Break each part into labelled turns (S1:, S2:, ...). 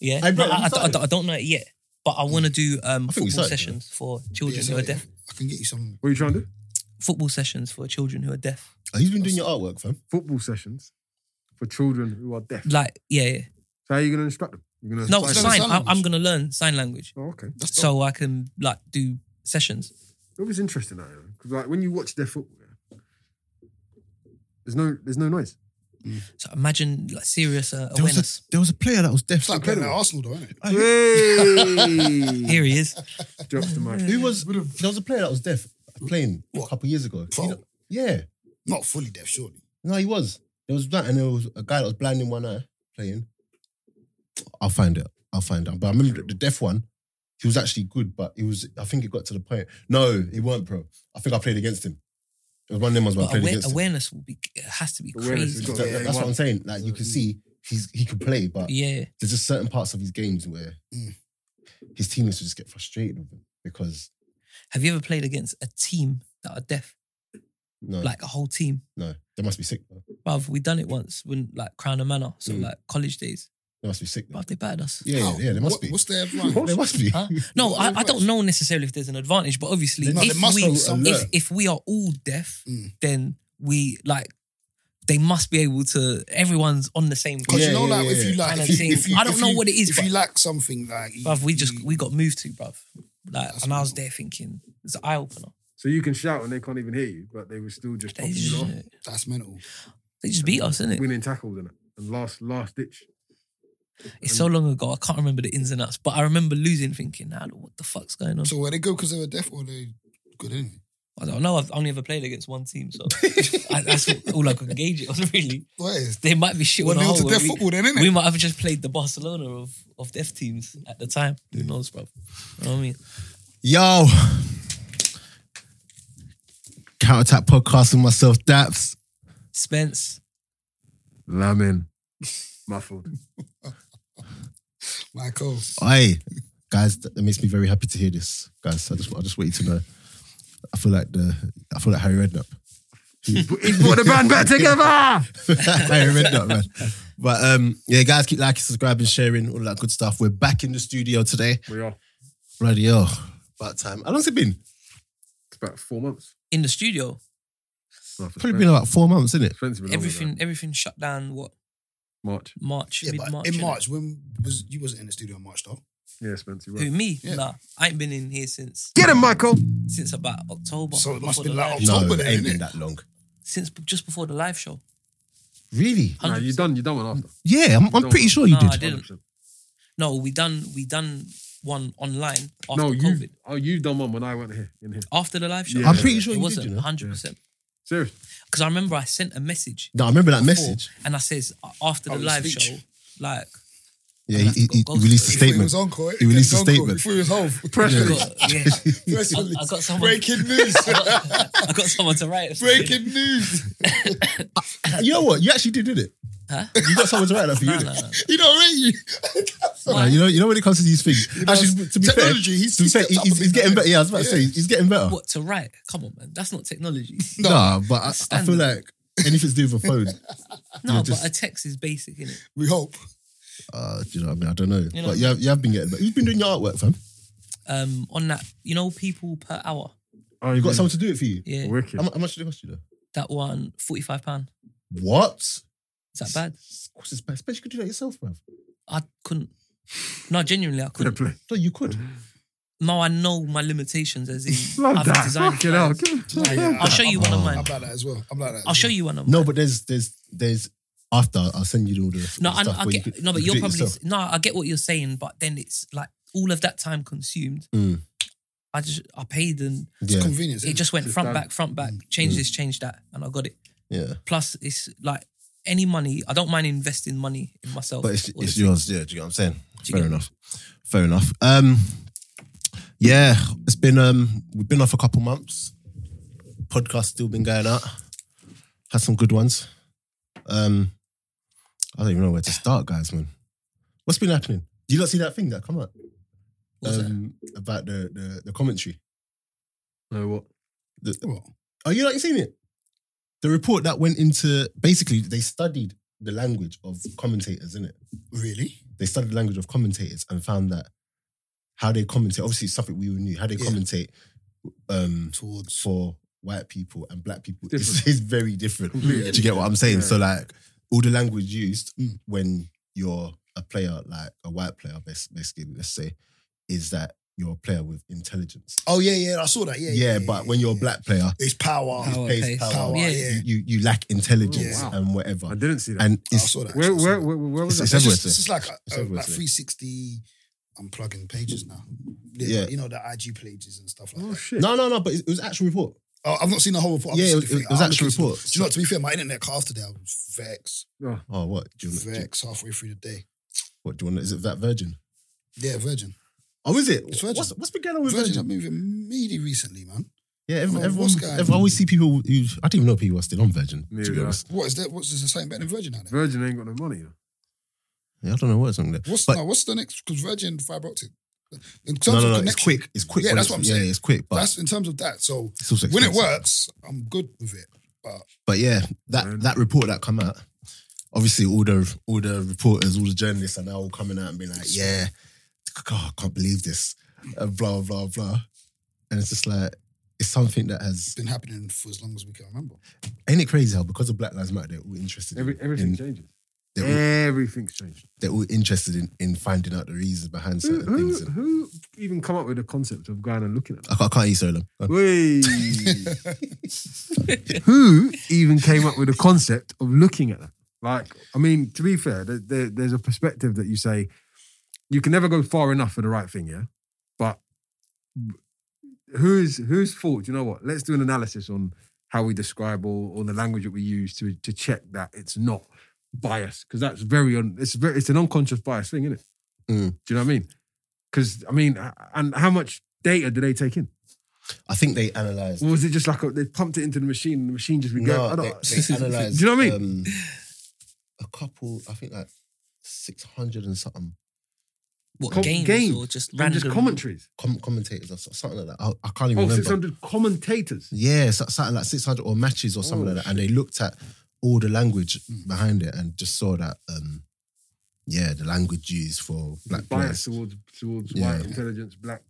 S1: Yeah,
S2: Hey, bro,
S1: No, I,
S2: have you
S1: I don't- I don't, I don't know it yet, but I want to do um,
S3: think we
S1: football
S3: started,
S1: sessions for children
S2: Yeah,
S1: who are
S2: no,
S1: deaf.
S2: I can get you some.
S4: What are you trying to do?
S1: Football sessions for children who are deaf.
S3: Oh, He's been doing your artwork, fam.
S4: Football sessions for children who are deaf. So
S1: Like, yeah, yeah.
S4: how are you going to instruct them? You're going to
S1: No,
S2: sign
S1: sign. I,
S2: language.
S1: I'm gonna learn sign language
S4: Oh, okay.
S2: That's dope.
S1: so I can like do sessions.
S4: It was interesting that because like when you watch their football, yeah, there's no there's no noise.
S1: So imagine like serious uh,
S3: There was,
S1: awareness.
S3: a, there was a player that was deaf.
S2: It's like playing at Arsenal, though, isn't it?
S4: Hey,
S1: Here he is.
S4: drops the mic.
S3: Who was? There was a player that was deaf playing a couple years ago.
S2: Foul.
S3: You know- yeah,
S2: Not fully deaf, surely.
S3: no, he was. There was that, and there was a guy that was blind in one eye playing. I'll find it. I'll find it. But I remember the deaf one. He was actually good, but it was. I think it got to the point. No, it weren't, bro. I think I played against him. It was one of them ones where I
S1: But
S3: played
S1: aware,
S3: against him.
S1: awareness will be has to be
S4: Awareness
S1: crazy.
S4: is
S3: That- that- that's what I'm saying. Like you can see, he's he can play, but
S1: Yeah,
S3: there's just certain parts of his games where
S2: Mm.
S3: his teammates will just get frustrated with him because
S1: Have you ever played against a team that are deaf?
S3: no,
S1: Like a whole team?
S3: no, they must be sick. Bro.
S1: Bruv, we done it once when like Crown and Manor, so
S3: Mm.
S1: like college days.
S3: They must be sick. Bro.
S1: Bruv, they battered us.
S3: Yeah, yeah,
S2: How?
S3: yeah, they must
S2: What-
S3: be.
S2: What's their plan?
S3: They must be.
S1: Huh? No,
S2: What-
S1: I,
S2: what
S1: I don't
S2: advice?
S1: know necessarily if there's an advantage, but obviously
S3: No,
S2: there
S1: if,
S2: must
S1: we,
S2: be
S3: some-
S1: if, if we are all deaf,
S2: Mm.
S1: then we like they must be able to everyone's on the same
S2: Because
S3: Yeah,
S2: you know,
S3: yeah,
S2: like,
S3: yeah,
S2: if you
S3: yeah.
S2: like,
S1: Kind
S2: if
S1: of
S2: you,
S1: thing.
S2: if you,
S1: I don't
S2: if
S1: know
S2: you-
S1: what it is,
S2: If
S1: but-
S2: you lack something, like, you-
S1: Bruv, we just
S2: you-
S1: we got moved to, bruv. Like
S2: That's
S1: and I was
S2: mental.
S1: there thinking, it's an eye opener.
S4: So you can shout and they can't even hear you, but they were still just
S1: They
S4: popping you
S1: just,
S4: off,
S2: that's mental.
S1: they just beat us, innit?
S4: winning tackles and that. And last last ditch.
S1: It's so long ago, I can't remember the ins and outs, but I remember losing thinking, nah, look, what the fuck's going on?
S2: So where they go because they were deaf or they good in?
S1: I don't know. I've only ever played against one team, so I, that's all I could gauge it on. Really,
S2: What is?
S1: they might be shit
S2: Well,
S1: on the
S2: they
S1: whole.
S2: to
S1: where
S2: deaf
S1: we,
S2: football then, innit?
S1: we might have just played the Barcelona of of deaf teams at the time. Who knows, bro? You know what I mean?
S3: Yo, counterattack podcast with myself, Daps.
S1: Spence,
S4: Lamin. Muffled.
S2: Michael.
S3: Hey, guys, that, that makes me very happy to hear this, guys. I just I just want you to know. I feel like the I feel like Harry Redknapp.
S4: He's brought the band back together.
S3: Harry Redknapp, man. But um, yeah, guys, keep liking, subscribing, sharing, all that good stuff. We're back in the studio today.
S4: We are.
S3: Bloody hell, about time. How long's it been?
S4: It's about four months.
S1: in the studio,
S4: No, for
S3: Probably been about four months, isn't it?
S4: Spence. Spence been longer
S1: everything
S4: than
S1: everything shut down. What
S4: that. March.
S1: March?
S2: Yeah,
S1: mid
S2: but
S1: March.
S2: in March, when was you wasn't in the studio in March though?
S4: Yeah, Spence. you
S1: Who
S4: right.
S1: me?
S2: Yeah.
S1: Nah, I ain't been in here since
S4: Get him, Michael.
S1: since about October.
S2: So it must
S1: before
S2: be
S1: the
S2: like
S1: live-
S2: October.
S3: No,
S2: October
S3: it
S2: then,
S3: ain't been
S2: innit?
S3: that long.
S1: since just before the live show.
S3: Really?
S4: No,
S1: 100%.
S4: you done. You done one after.
S3: Yeah, I'm, I'm pretty sure you
S1: No, I
S3: did.
S1: didn't. No, we done we done one online after
S4: No,
S1: COVID.
S4: you. Oh, you done one when I went here in here.
S1: After the live show,
S4: Yeah. I'm
S3: pretty sure
S1: it
S3: you did,
S1: wasn't
S3: you know?
S1: 100. percent
S4: Serious.
S1: Because I remember I sent a message,
S3: No, I remember that
S1: before,
S3: message.
S1: and I says uh, after the
S2: Oh,
S1: live
S2: speech.
S1: show, like
S3: Yeah,
S1: I'll
S3: he,
S1: have to
S3: he, he
S1: go-
S3: released a
S2: Before he
S3: statement.
S2: was encore,
S3: He released a
S2: encore,
S3: statement.
S2: Before he was home.
S1: I
S4: Pressure.
S1: got, yeah,
S2: Press
S1: I- I
S2: release.
S1: got someone-
S2: Breaking news.
S1: I got someone to write it. for me.
S2: Breaking news.
S3: You know what? You actually did, did it.
S1: Huh?
S3: You got someone to write that for you.
S1: No,
S3: didn't
S1: no, no.
S3: you?
S2: You know what I mean?
S3: Nah, you know, you know when it comes to these things. Actually, to be
S2: technology,
S3: fair,
S2: he's-
S3: to be
S2: he's
S3: fair,
S2: kept
S3: he's,
S2: up
S3: he's
S2: with it
S3: getting
S2: now.
S3: better. Yeah, I was about to say he's getting better.
S1: What to write? Come on, man, that's not technology.
S2: No.
S3: Nah, but I, I feel
S1: Standard.
S3: like anything's doing with a phone.
S1: No,
S3: just-
S1: but a text is basic, innit?
S2: We hope.
S3: Uh, do you know what I mean? I don't know.
S1: You know-
S3: but you have, you have been getting better. You've been doing your artwork, fam.
S1: Um, on that, you know, people per hour.
S4: Oh,
S3: You got someone to do it for you.
S1: Yeah,
S4: Wicked.
S3: How, mu- how much did it cost you though?
S1: that one, forty-five pound.
S3: What?
S1: Is that bad?
S3: Of course it's bad. Especially you could do that yourself, bruv.
S1: I couldn't. No, genuinely, I
S4: Fair
S1: couldn't.
S4: play.
S3: No, you could.
S1: No, I know my limitations. As in,
S4: Love
S1: I've
S4: that.
S1: designed.
S4: Fucking hell.
S1: plans.
S4: Give it-
S2: Oh, yeah.
S1: I'll show you one of
S2: I'm
S1: mine.
S2: like that as well. I'm like that.
S1: I'll show you one of mine.
S3: No, but there's there's there's after I'll send you all the
S1: No,
S3: the
S1: I,
S3: stuff
S1: I
S3: where you
S1: get
S3: could-
S1: no, but
S3: you
S1: you're
S3: could do it
S1: probably
S3: yourself.
S1: no. I get what you're saying, but then it's like all of that time consumed.
S3: Mm.
S1: I just I paid and
S2: It's
S3: yeah
S2: convenience.
S1: it
S2: innit?
S1: just went
S4: Just
S1: front
S4: done.
S1: back, front back, change this, change that, and I got it.
S3: yeah.
S1: Plus, it's like any money. I don't mind investing money in myself.
S3: But it's,
S1: Or
S3: it's
S1: the-
S3: yours, yeah. Do you know what I'm saying?
S1: you
S3: Fair
S1: get-
S3: enough. Fair enough. Um, yeah, it's been um, we've been off a couple months. Podcast still been going out. Had some good ones. Um, I don't even know where to start, guys. Man, what's been happening? Do you not see that thing that come out
S1: what's that?
S3: um, about the, the the commentary?
S4: No, what?
S2: Well,
S3: Oh, you not seen it? The report that went into basically they studied the language of commentators, in it.
S2: Really?
S3: They studied the language of commentators and found that how they commentate. Obviously, it's something we all knew. How they
S2: Yeah.
S3: commentate um,
S2: Towards
S3: for white people and black people
S4: It's
S3: is, is very different.
S4: Completely.
S3: Do you get what I'm saying?
S4: Yeah.
S3: So like all the language used
S2: Mm.
S3: when you're a player, like a white player, bas- basically, let's say, is that you're a player with intelligence.
S2: Oh yeah, yeah, I saw that. Yeah,
S3: Yeah,
S2: yeah.
S3: but when you're a
S2: yeah.
S3: black player,
S2: it's power.
S3: Power.
S1: Power,
S3: plays
S1: pace.
S3: power.
S2: Power,
S1: Yeah.
S2: yeah.
S3: you you lack intelligence
S4: Oh, wow.
S3: and
S4: I
S3: whatever.
S4: didn't see that.
S3: And
S2: I
S3: it's
S2: saw that.
S4: where,
S2: actually, I saw
S4: where,
S2: that.
S4: where, where was
S3: It's-
S4: that?
S2: It's just,
S3: everywhere,
S2: it's just like a,
S3: It's
S2: a-
S3: everywhere,
S2: like
S3: sir.
S2: 360. I'm plugging pages now. Yeah,
S3: Yeah.
S2: you know the IG pages and stuff like
S4: Oh
S2: that.
S4: shit!
S3: no, no, no. But it was actual report.
S2: Oh, I've not seen the whole report. I've
S3: yeah,
S2: just
S3: it
S2: seen the
S3: was, it
S2: thing.
S3: was
S2: I'm
S3: actual
S2: looking through-
S3: report.
S2: Do you know? what, To be fair, my internet cut after that. I was vexed,
S4: Oh,
S3: Oh, what? Do you, want- do you,
S2: vexed halfway through the day.
S3: what do you want? Is it that Virgin?
S2: Yeah, Virgin.
S3: Oh, is it?
S2: It's Virgin.
S3: What's, what's been going on with
S2: Virgin
S3: Virgin?
S2: are moving meaty recently, man.
S3: Yeah, every,
S2: Oh,
S3: everyone.
S2: what's going on?
S3: every- I always see people who I don't even know people are still on Virgin.
S4: Yeah,
S3: to be
S4: yeah.
S3: honest,
S2: What is that? What's is there something better than Virgin out there?
S4: Virgin ain't got no money. though.
S3: yeah, I don't know what's on there.
S2: What's
S3: But-
S2: no, what's the next? Because Virgin fiber optic. In terms
S3: No, no,
S2: of
S3: no. It's
S2: connection,
S3: quick. It's quick.
S2: Yeah,
S3: when
S2: that's what
S3: it's-
S2: I'm saying.
S3: Yeah, it's quick, but
S2: that's in terms of that. So
S3: it's also
S2: when it
S3: expensive.
S2: works, I'm good with it.
S3: But yeah, that
S4: Man.
S3: that report that come out, obviously all the all the reporters, all the journalists are now all coming out and being like, yeah, God, I can't believe this, and blah blah blah, and it's just like it's something that
S2: It's
S3: has
S2: been happening for as long as we can remember.
S3: ain't it crazy how because of Black Lives Matter they're all interested
S4: Every,
S3: in,
S4: everything
S3: in-
S4: changes.
S3: they're, all,
S4: Everything's changed.
S3: they're all interested in, in finding out the reasons behind
S4: Who,
S3: certain
S4: who,
S3: things. And,
S4: who even come up with the concept of going and looking at them?
S3: I can't, I can't eat so long.
S4: Mm-hmm.
S3: Go on.
S4: Wait. Who even came up with the concept of looking at that? Like, I mean, to be fair, there, there, there's a perspective that you say you can never go far enough for the right thing, yeah. But who's whose fault? You know what? Let's do an analysis on how we describe or, or the language that we use to to check that it's not bias because that's very un, it's very it's an unconscious bias thing, isn't it?
S3: Mm.
S4: Do you know what I mean? Because I mean, h- and how much data do they take in?
S3: I think they analyzed.
S4: Or was it just like a, they pumped it into the machine and the machine just began?
S3: No,
S4: Mm-hmm. I
S3: they,
S4: don't,
S3: they analyzed.
S4: Do you know what I mean?
S3: Um, a couple, I think like six hundred and something
S1: What
S4: Com-
S1: games,
S4: games
S1: or just
S4: and
S1: random
S4: just commentaries.
S3: com- commentators or so- something like that. I, I can't even
S4: Oh,
S3: remember.
S4: 600 commentators.
S3: Yeah, so- something like 600 or matches or something
S4: Oh,
S3: like that. And they looked at all the language behind it and just saw that, um, yeah, the language used for black
S4: bias
S3: players.
S4: towards towards
S3: Yeah.
S4: white intelligence, black,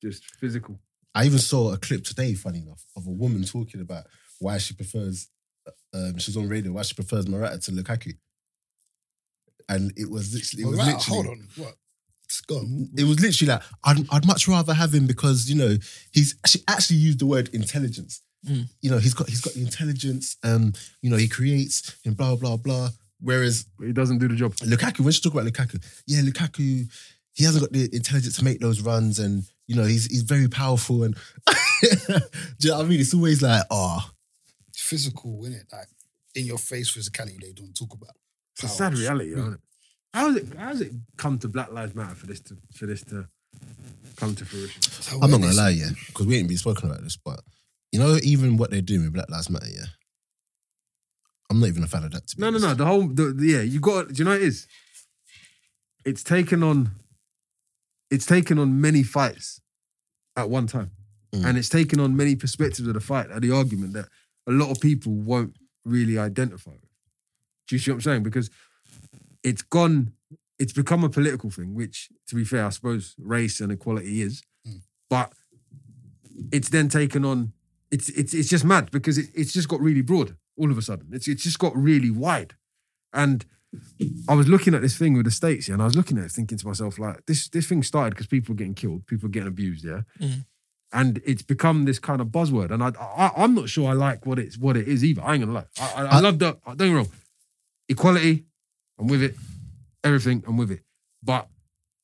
S4: just physical.
S3: I even saw a clip today, funny enough, of a woman talking about why she prefers, um, she's on radio, why she prefers Morata to Lukaku. And it was literally, it was
S2: Morata,
S3: literally Mm-hmm.
S2: hold on, what? It's gone.
S3: It was literally like I'd, I'd much rather have him because you know he's she actually used the word intelligence.
S1: Mm.
S3: You know he's got he's got the intelligence. Um, you know he creates and blah blah blah. Whereas
S4: But he doesn't do the job.
S3: Lukaku, when she talk about Lukaku, yeah, Lukaku, he hasn't got the intelligence to make those runs, and you know he's he's very powerful. And do you know what I mean? It's always like oh
S2: physical, in it, like in your face physicality. They don't talk about.
S4: It's a sad
S2: powers.
S4: reality, isn't it? How has it, how has it come to Black Lives Matter for this to for this to come to fruition?
S2: It's
S3: I'm not gonna
S2: awareness.
S3: lie, yeah, because we ain't been spoken about this, but you know even what they're doing with Black Lives Matter, yeah. I'm not even a fan of that. To be
S4: No, no,
S3: honest.
S4: no. The whole, the, the- yeah, you got. Do you know what it is? It's taken on. It's taken on many fights at one time,
S3: Mm.
S4: and it's taken on many perspectives of the fight and the argument that a lot of people won't really identify with. Do you see what I'm saying? Because it's gone. It's become a political thing, which, to be fair, I suppose race and equality is,
S2: Mm.
S4: but it's then taken on. It's it's it's just mad because it, it's just got really broad all of a sudden. It's it's just got really wide, and I was looking at this thing with the states, yeah, and I was looking at it thinking to myself like this this thing started because people were getting killed, people were getting abused, yeah,
S1: Mm.
S4: and it's become this kind of buzzword, and I, I I'm not sure I like what it's what it is either. I ain't gonna lie, I I, I
S3: I-
S4: love that. Don't get me wrong, equality, I'm with it, everything, I'm with it, but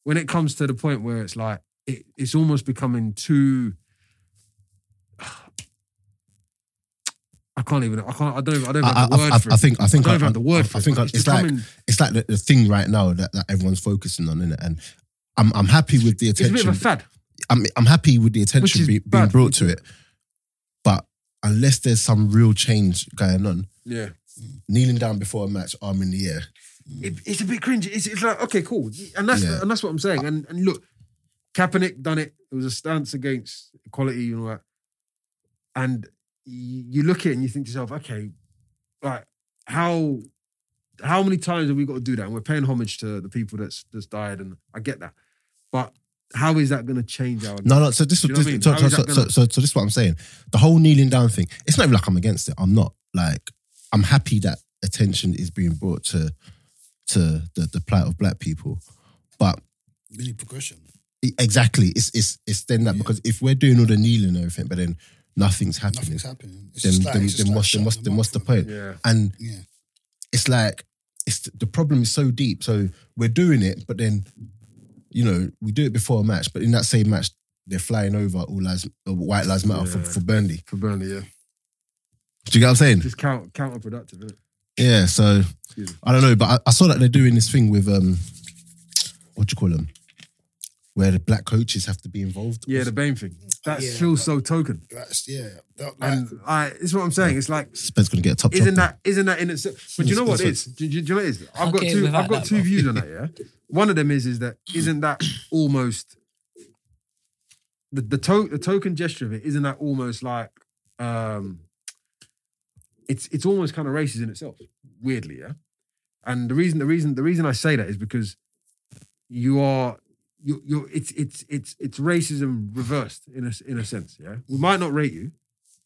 S4: when it comes to the point where it's like it, it's almost becoming too. I can't even. I can't. I don't. I don't
S3: I,
S4: have the
S3: I-
S4: word
S3: I-
S4: for it.
S3: I think I think
S4: I don't even have the word
S3: I-
S4: for
S3: I
S4: it,
S3: think
S4: but
S3: I-
S4: it's
S3: it's like
S4: becoming-
S3: it's like the, the thing right now that, that everyone's focusing on, innit? And I'm I'm happy with the
S4: It's a
S3: attention.
S4: bit of a fad.
S3: I'm I'm happy with the
S4: Which
S3: attention
S4: is
S3: be, being
S4: bad.
S3: brought to it, but unless there's some real change going on,
S4: Yeah.
S3: kneeling down before a match, arm in the air,
S4: It, it's a bit cringy. It's, it's like, okay, cool. And that's
S3: Yeah.
S4: and that's what I'm saying. And and look, Kaepernick done it. It was a stance against equality and all that. And you, you look at it and you think to yourself, okay, like how how many times have we got to do that? And we're paying homage to the people that's that's died, and I get that. But how is that going to change our?
S3: No, no. So this,
S4: Do you know what I
S3: this-
S4: mean?
S3: so,
S4: How
S3: so,
S4: is
S3: so,
S4: that
S3: so,
S4: gonna-
S3: so, this is what I'm saying. The whole kneeling down thing. It's not even like I'm against it. I'm not. Like I'm happy that attention is being brought to to the, the plight of black people, but
S2: We need progression.
S3: i- E, exactly, it's it's it's then that because if we're doing all the kneeling and everything, but then nothing's happening.
S2: Nothing's happening. It's
S3: then,
S2: just like,
S3: then,
S2: it's just
S3: then
S2: like
S3: what's, then,
S2: shutting
S3: what's,
S2: them
S3: then
S2: up
S3: what's the
S2: for a
S3: point?
S2: bit.
S4: Yeah,
S3: And
S2: Yeah.
S3: it's like it's the problem is so deep. So we're doing it, but then you know we do it before a match, but in that same match they're flying over all lives, uh, white lives matter for,
S4: Yeah.
S3: for Burnley.
S4: for Burnley, yeah,
S3: Do you get what I'm saying?
S4: just count counterproductive. Isn't it?
S3: Yeah. So
S4: Excuse me.
S3: I don't know, but I, I saw that they're doing this thing with um, what do you call them? Where the black coaches have to be involved.
S4: Yeah, the Bane thing. That
S2: Yeah.
S4: feels so token.
S2: That's, yeah. That, like,
S4: And I, it's what I'm saying. It's like
S3: Spence gonna get a top.
S4: isn't
S3: job
S4: that isn't that in itself? But you know what it is? Do, do- do you know what it is? I've got
S1: Okay,
S4: two.
S1: without
S4: I've got
S1: that,
S4: two
S1: bro.
S4: views on that. Yeah, one of them is is that isn't that almost the the, to, the token gesture of it? Isn't that almost like um, it's it's almost kind of racist in itself? Weirdly, yeah. And the reason the reason the reason I say that is because you are you you it's it's it's it's racism reversed in a s- in a sense. Yeah, we might not rate you,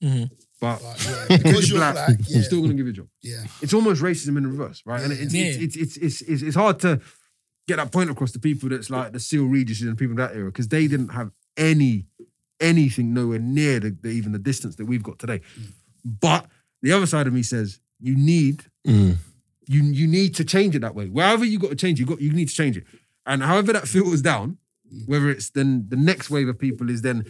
S1: Mhm.
S4: but.
S2: like, yeah, because you're black, yeah,
S4: we're still going to give you a job
S2: yeah,
S4: it's almost racism in reverse, right? And it's,
S1: Yeah.
S4: it's, it's, it's, it's, it's hard to get that point across to people that's like the Seal Regises and people of that era because they didn't have any anything nowhere near the, the, even the distance that we've got today.
S2: Mm.
S4: But the other side of me says you need
S3: Mm.
S4: you you need to change it that way. Wherever you got to change, you got you need to change it. And however that filters down,
S2: Mm.
S4: whether it's then the next wave of people is then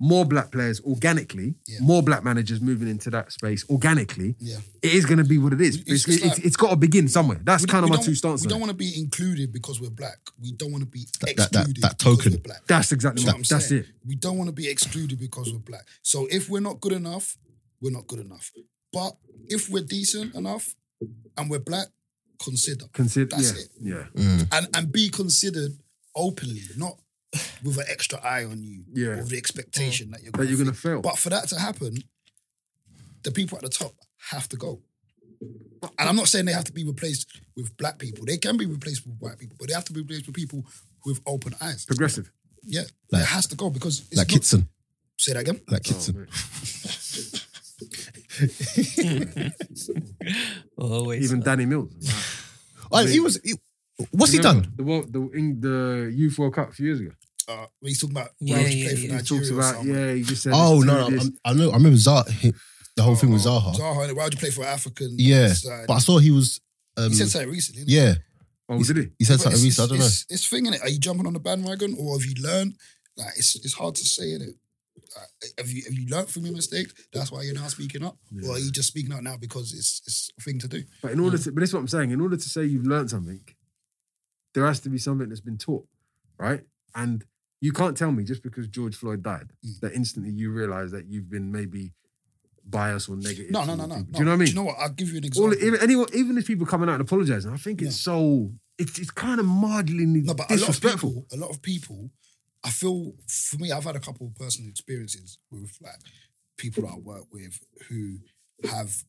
S4: more black players organically,
S2: Yeah. Mm.
S4: more black managers moving into that space organically
S2: yeah.
S4: it is going to be what it is.
S2: It's-
S4: It's,
S2: it's
S4: it's,
S2: like-
S4: it's got to begin somewhere. That's
S2: We-
S4: kind of
S2: we
S4: my
S2: don't-
S4: two stances.
S2: We
S4: on
S2: don't
S4: it.
S2: want to be included because we're black. We don't want to be
S3: That-
S2: excluded
S3: that- that- that
S2: because
S3: token.
S2: we're black.
S4: That's
S2: Do
S4: exactly
S2: you
S4: my,
S2: know what I'm
S4: That's
S2: saying?
S4: it.
S2: We don't want to be excluded because we're black. So if we're not good enough, we're not good enough. But if we're decent enough and we're black, consider
S4: Consider.
S2: That's
S4: yeah.
S2: it. Mm.
S4: Yeah.
S2: and and be considered openly, not with an extra eye on you
S4: Yeah.
S2: or the expectation that you're
S4: That
S2: going
S4: you're
S2: to
S4: going to fail.
S2: But for that to happen, the people at the top have to go. And I'm not saying they have to be replaced with black people. They can be replaced with white people, but they have to be replaced with people with open eyes.
S4: Progressive.
S2: Yeah,
S3: Like-
S2: it has to go because it's
S3: like
S2: not- Oh,
S3: Kitson,
S2: Say that again.
S4: Oh,
S3: like Kitson.
S1: Always.
S4: Even Danny Mills.
S3: Oh, he was. He, what's he
S4: Remember
S3: done?
S4: The, world, the, in, the Youth World Cup a few years ago.
S2: Uh, when he's talking about
S1: Yeah,
S2: when he
S1: yeah,
S2: played for
S1: yeah.
S4: He
S2: Nigeria
S4: talks
S2: or
S4: about,
S2: something.
S4: yeah, he just said.
S3: Oh
S4: this,
S3: no,
S4: do
S3: no
S2: um,
S4: this.
S3: I'm- I know. I remember Zaha. he- the whole thing with Zaha.
S2: Oh, Zaha, why would you play for African?
S3: Yeah,
S2: side?
S3: but I saw he was. Um,
S2: he said something recently. didn't he?
S3: yeah,
S4: Oh, did he?
S3: he said
S2: But
S3: something
S2: it's-
S3: recent. I don't know.
S2: It's, it's thing in it. Are you jumping on the bandwagon or have you learned? Like it's it's hard to say in it. have you have you learned from your mistakes? That's why you're now speaking up, or are you just speaking up now because it's it's a thing to do?
S4: But in order to, but this is what I'm saying. In order to say you've learned something, there has to be something that's been taught, right? And you can't tell me just because George Floyd died
S2: Mm.
S4: that instantly you realize that you've been maybe biased or negative.
S2: No, no, no,
S4: towards
S2: no. no.
S4: people. Do you know what I mean?
S2: Do you know what? I'll give you an
S4: All,
S2: example.
S4: even, anyone, even if people coming out and apologizing, I think it's so it's it's kind of marginally
S2: no, but a lot of
S4: disrespectful.
S2: people, a lot of people, I feel for me, I've had a couple of personal experiences with like people that I work with who have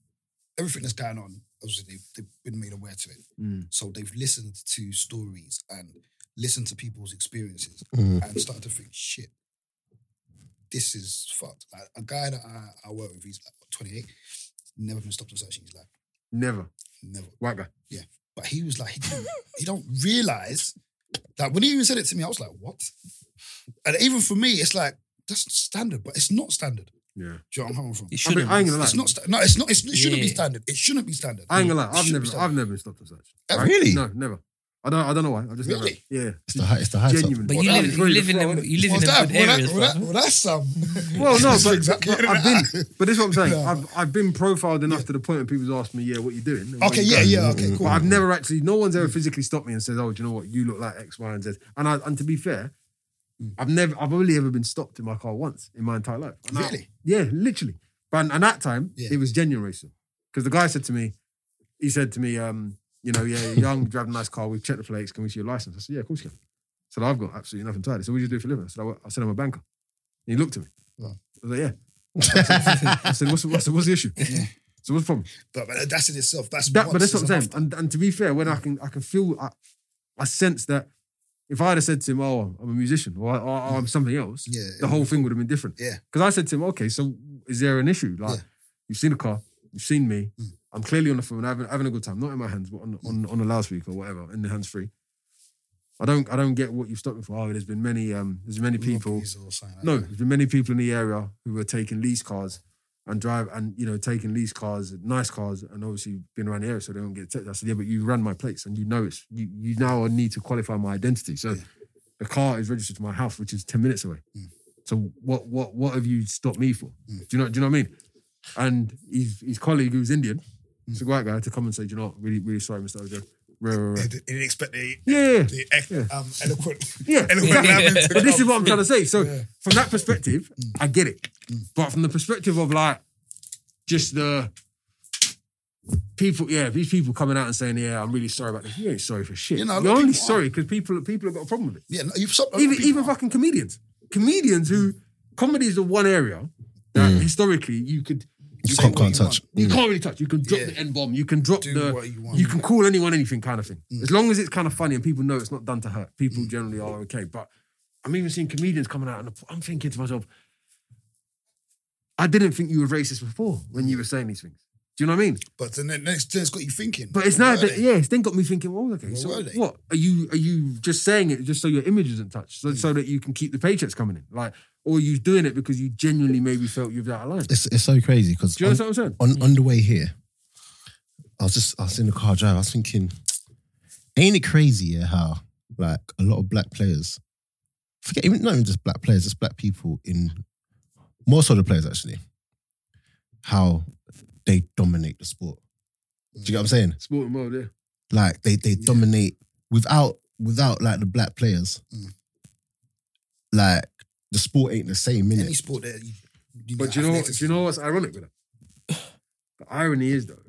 S2: everything that's going on. Obviously, they've, they've been made aware to it,
S4: Mm.
S2: so they've listened to stories and listened to people's experiences.
S3: Mm.
S2: and started to think, shit, this is fucked. Like a guy that I, I work with, he's like what, 28, never been stopped on search. He's like,
S4: Never
S2: never.
S4: white guy.
S2: But he was like, he, didn't- he don't realize that when he even said it to me, I was like, what? And even for me, it's like, that's standard, but it's not standard.
S4: Yeah,
S2: Do you know where I'm coming from?
S1: You shouldn't.
S4: I ain't gonna lie.
S2: It's not. sta- No, it's not. It's, it shouldn't be
S1: Yeah.
S2: standard. It shouldn't be standard.
S4: I ain't gonna lie.
S2: It
S4: I've
S2: shouldn't
S4: never
S2: be
S4: I've
S2: standard.
S4: never been stopped on such.
S2: Ever?
S3: Really?
S4: No, never. I don't I don't know why. I just never.
S2: Oh, Really?
S4: Yeah.
S3: It's the high. It's the high.
S4: Genuine.
S1: But you
S2: Well,
S1: live,
S4: that
S1: you
S4: was
S1: live in
S4: really
S1: them.
S4: the
S1: You live
S2: Well,
S1: in them
S2: that,
S1: good
S2: well, that,
S1: areas,
S2: well, that,
S1: bruv.
S2: well, that's some.
S4: Well, no,
S2: That's
S4: but,
S2: exactly
S4: but I've been. But this is what I'm saying.
S2: No.
S4: I've I've been profiled enough to the point where people's asked me, yeah, what you doing? and where
S2: Okay,
S4: you
S2: yeah,
S4: going.
S2: yeah, okay, cool. Mm.
S4: But I've never actually, no one's ever physically stopped me and said, "Oh, do you know what? You look like X, Y, and Z." And I, and to be fair, I've never, I've only ever been stopped in my car once in my entire life. And I-
S2: Really?
S4: yeah, literally. But and, that time,
S2: Yeah.
S4: it was genuine racism because the guy said to me, he said to me, um, you know, yeah, you're young, you drive a nice car, we've checked the plates, can we see your license? I said, yeah, of course you can. So I've got absolutely nothing to hide. So what do you do for a living? I said, I, work- I said I'm a banker. And he looked at me.
S2: Wow.
S4: I was like, yeah. I said, what's, the- I said, what's the issue? So what's the problem?
S2: But, but that's in itself. That's
S4: That,
S2: once
S4: but that's what
S2: is
S4: I'm
S2: enough.
S4: saying. And, and to be fair, when I can, I can feel, I, I sense that if I had said to him, "Oh, I'm a musician," or, or, or "I'm something else,"
S2: Yeah,
S4: the whole thing would have been different.
S2: Yeah.
S4: Because I said to him, "Okay, so is there an issue? Like,
S2: Yeah.
S4: you've seen the car, you've seen me.
S2: Mm.
S4: I'm clearly on the phone, having, having a good time, not in my hands, but on on on a loudspeaker or whatever, in the hands free. I don't I don't get what you've stopped me for. Oh, there's been many um, there's many people
S2: Monopolies or something like
S4: no,
S2: that.
S4: there's been many people in the area who were taking lease cars and drive and you know taking lease cars, nice cars, and obviously been around the area, so they don't get. T- I said, yeah, but you ran my plates, and you know it's you. You now need to qualify my identity. So the car is registered to my house, which is ten minutes away. So what what what have you stopped me for? Do you know do you know what I mean? And his his colleague who's Indian, it's a white guy, to come and say, do you know, what? really really sorry, Mister Ojo. Rah, rah, rah.
S2: They didn't- they didn't expect the,
S4: Yeah, yeah,
S2: the ec-
S4: Yeah.
S2: um, eloquent.
S4: yeah.
S2: eloquent
S4: exactly.
S2: lambing to
S4: But this is
S2: come
S4: what I'm
S2: through.
S4: trying to say. So
S2: Yeah. Mm.
S4: from that perspective, I get it. But from the perspective of like just the people, yeah, these people coming out and saying, "Yeah, I'm really sorry about this." You ain't sorry for shit.
S2: You know, a lot
S4: You're
S2: of
S4: only
S2: people
S4: sorry because people people have got a problem with it.
S2: Yeah, no, you've stopped.
S4: Even even fucking comedians, comedians who comedy is the one area that historically you could. You
S3: Can't,
S4: can't,
S3: can't touch.
S4: you can't really touch. You can drop
S2: Yeah.
S4: the N bomb. You can drop
S2: Do
S4: the.
S2: what you
S4: you,
S2: want. Mm.
S4: can call anyone anything kind of thing. As long as it's kind of funny and people know it's not done to hurt. People generally are okay. But I'm even seeing comedians coming out and I'm thinking to myself, I didn't think you were racist before when you were saying these things. Do you know what I mean?
S2: but then the next thing's got you thinking.
S4: But it's now
S2: Were
S4: that
S2: they?
S4: yeah, it's then got me thinking. Well, okay,
S2: Well,
S4: so
S2: were they?
S4: what are you are you just saying it just so your image isn't touched, so, so that you can keep the paychecks coming in, like, or are you doing it because you genuinely maybe felt you've out of line? Do
S3: It's, it's so crazy because
S4: you understand what I'm saying?
S3: on, on the way here, I was just I was in the car drive. I was thinking, ain't it crazy yeah, how like a lot of black players, forget even not even just black players, just black people in more so the players actually, how they dominate the sport. Do you get what I'm saying?
S4: Sporting world, yeah.
S3: Like they they
S2: Yeah.
S3: dominate without without like the black players,
S2: Mm.
S3: like the sport ain't the same in
S2: Any
S3: it.
S2: sport that you, you
S4: But do you know, what- do
S2: athleticism.
S4: you know what's ironic with that? The irony is though,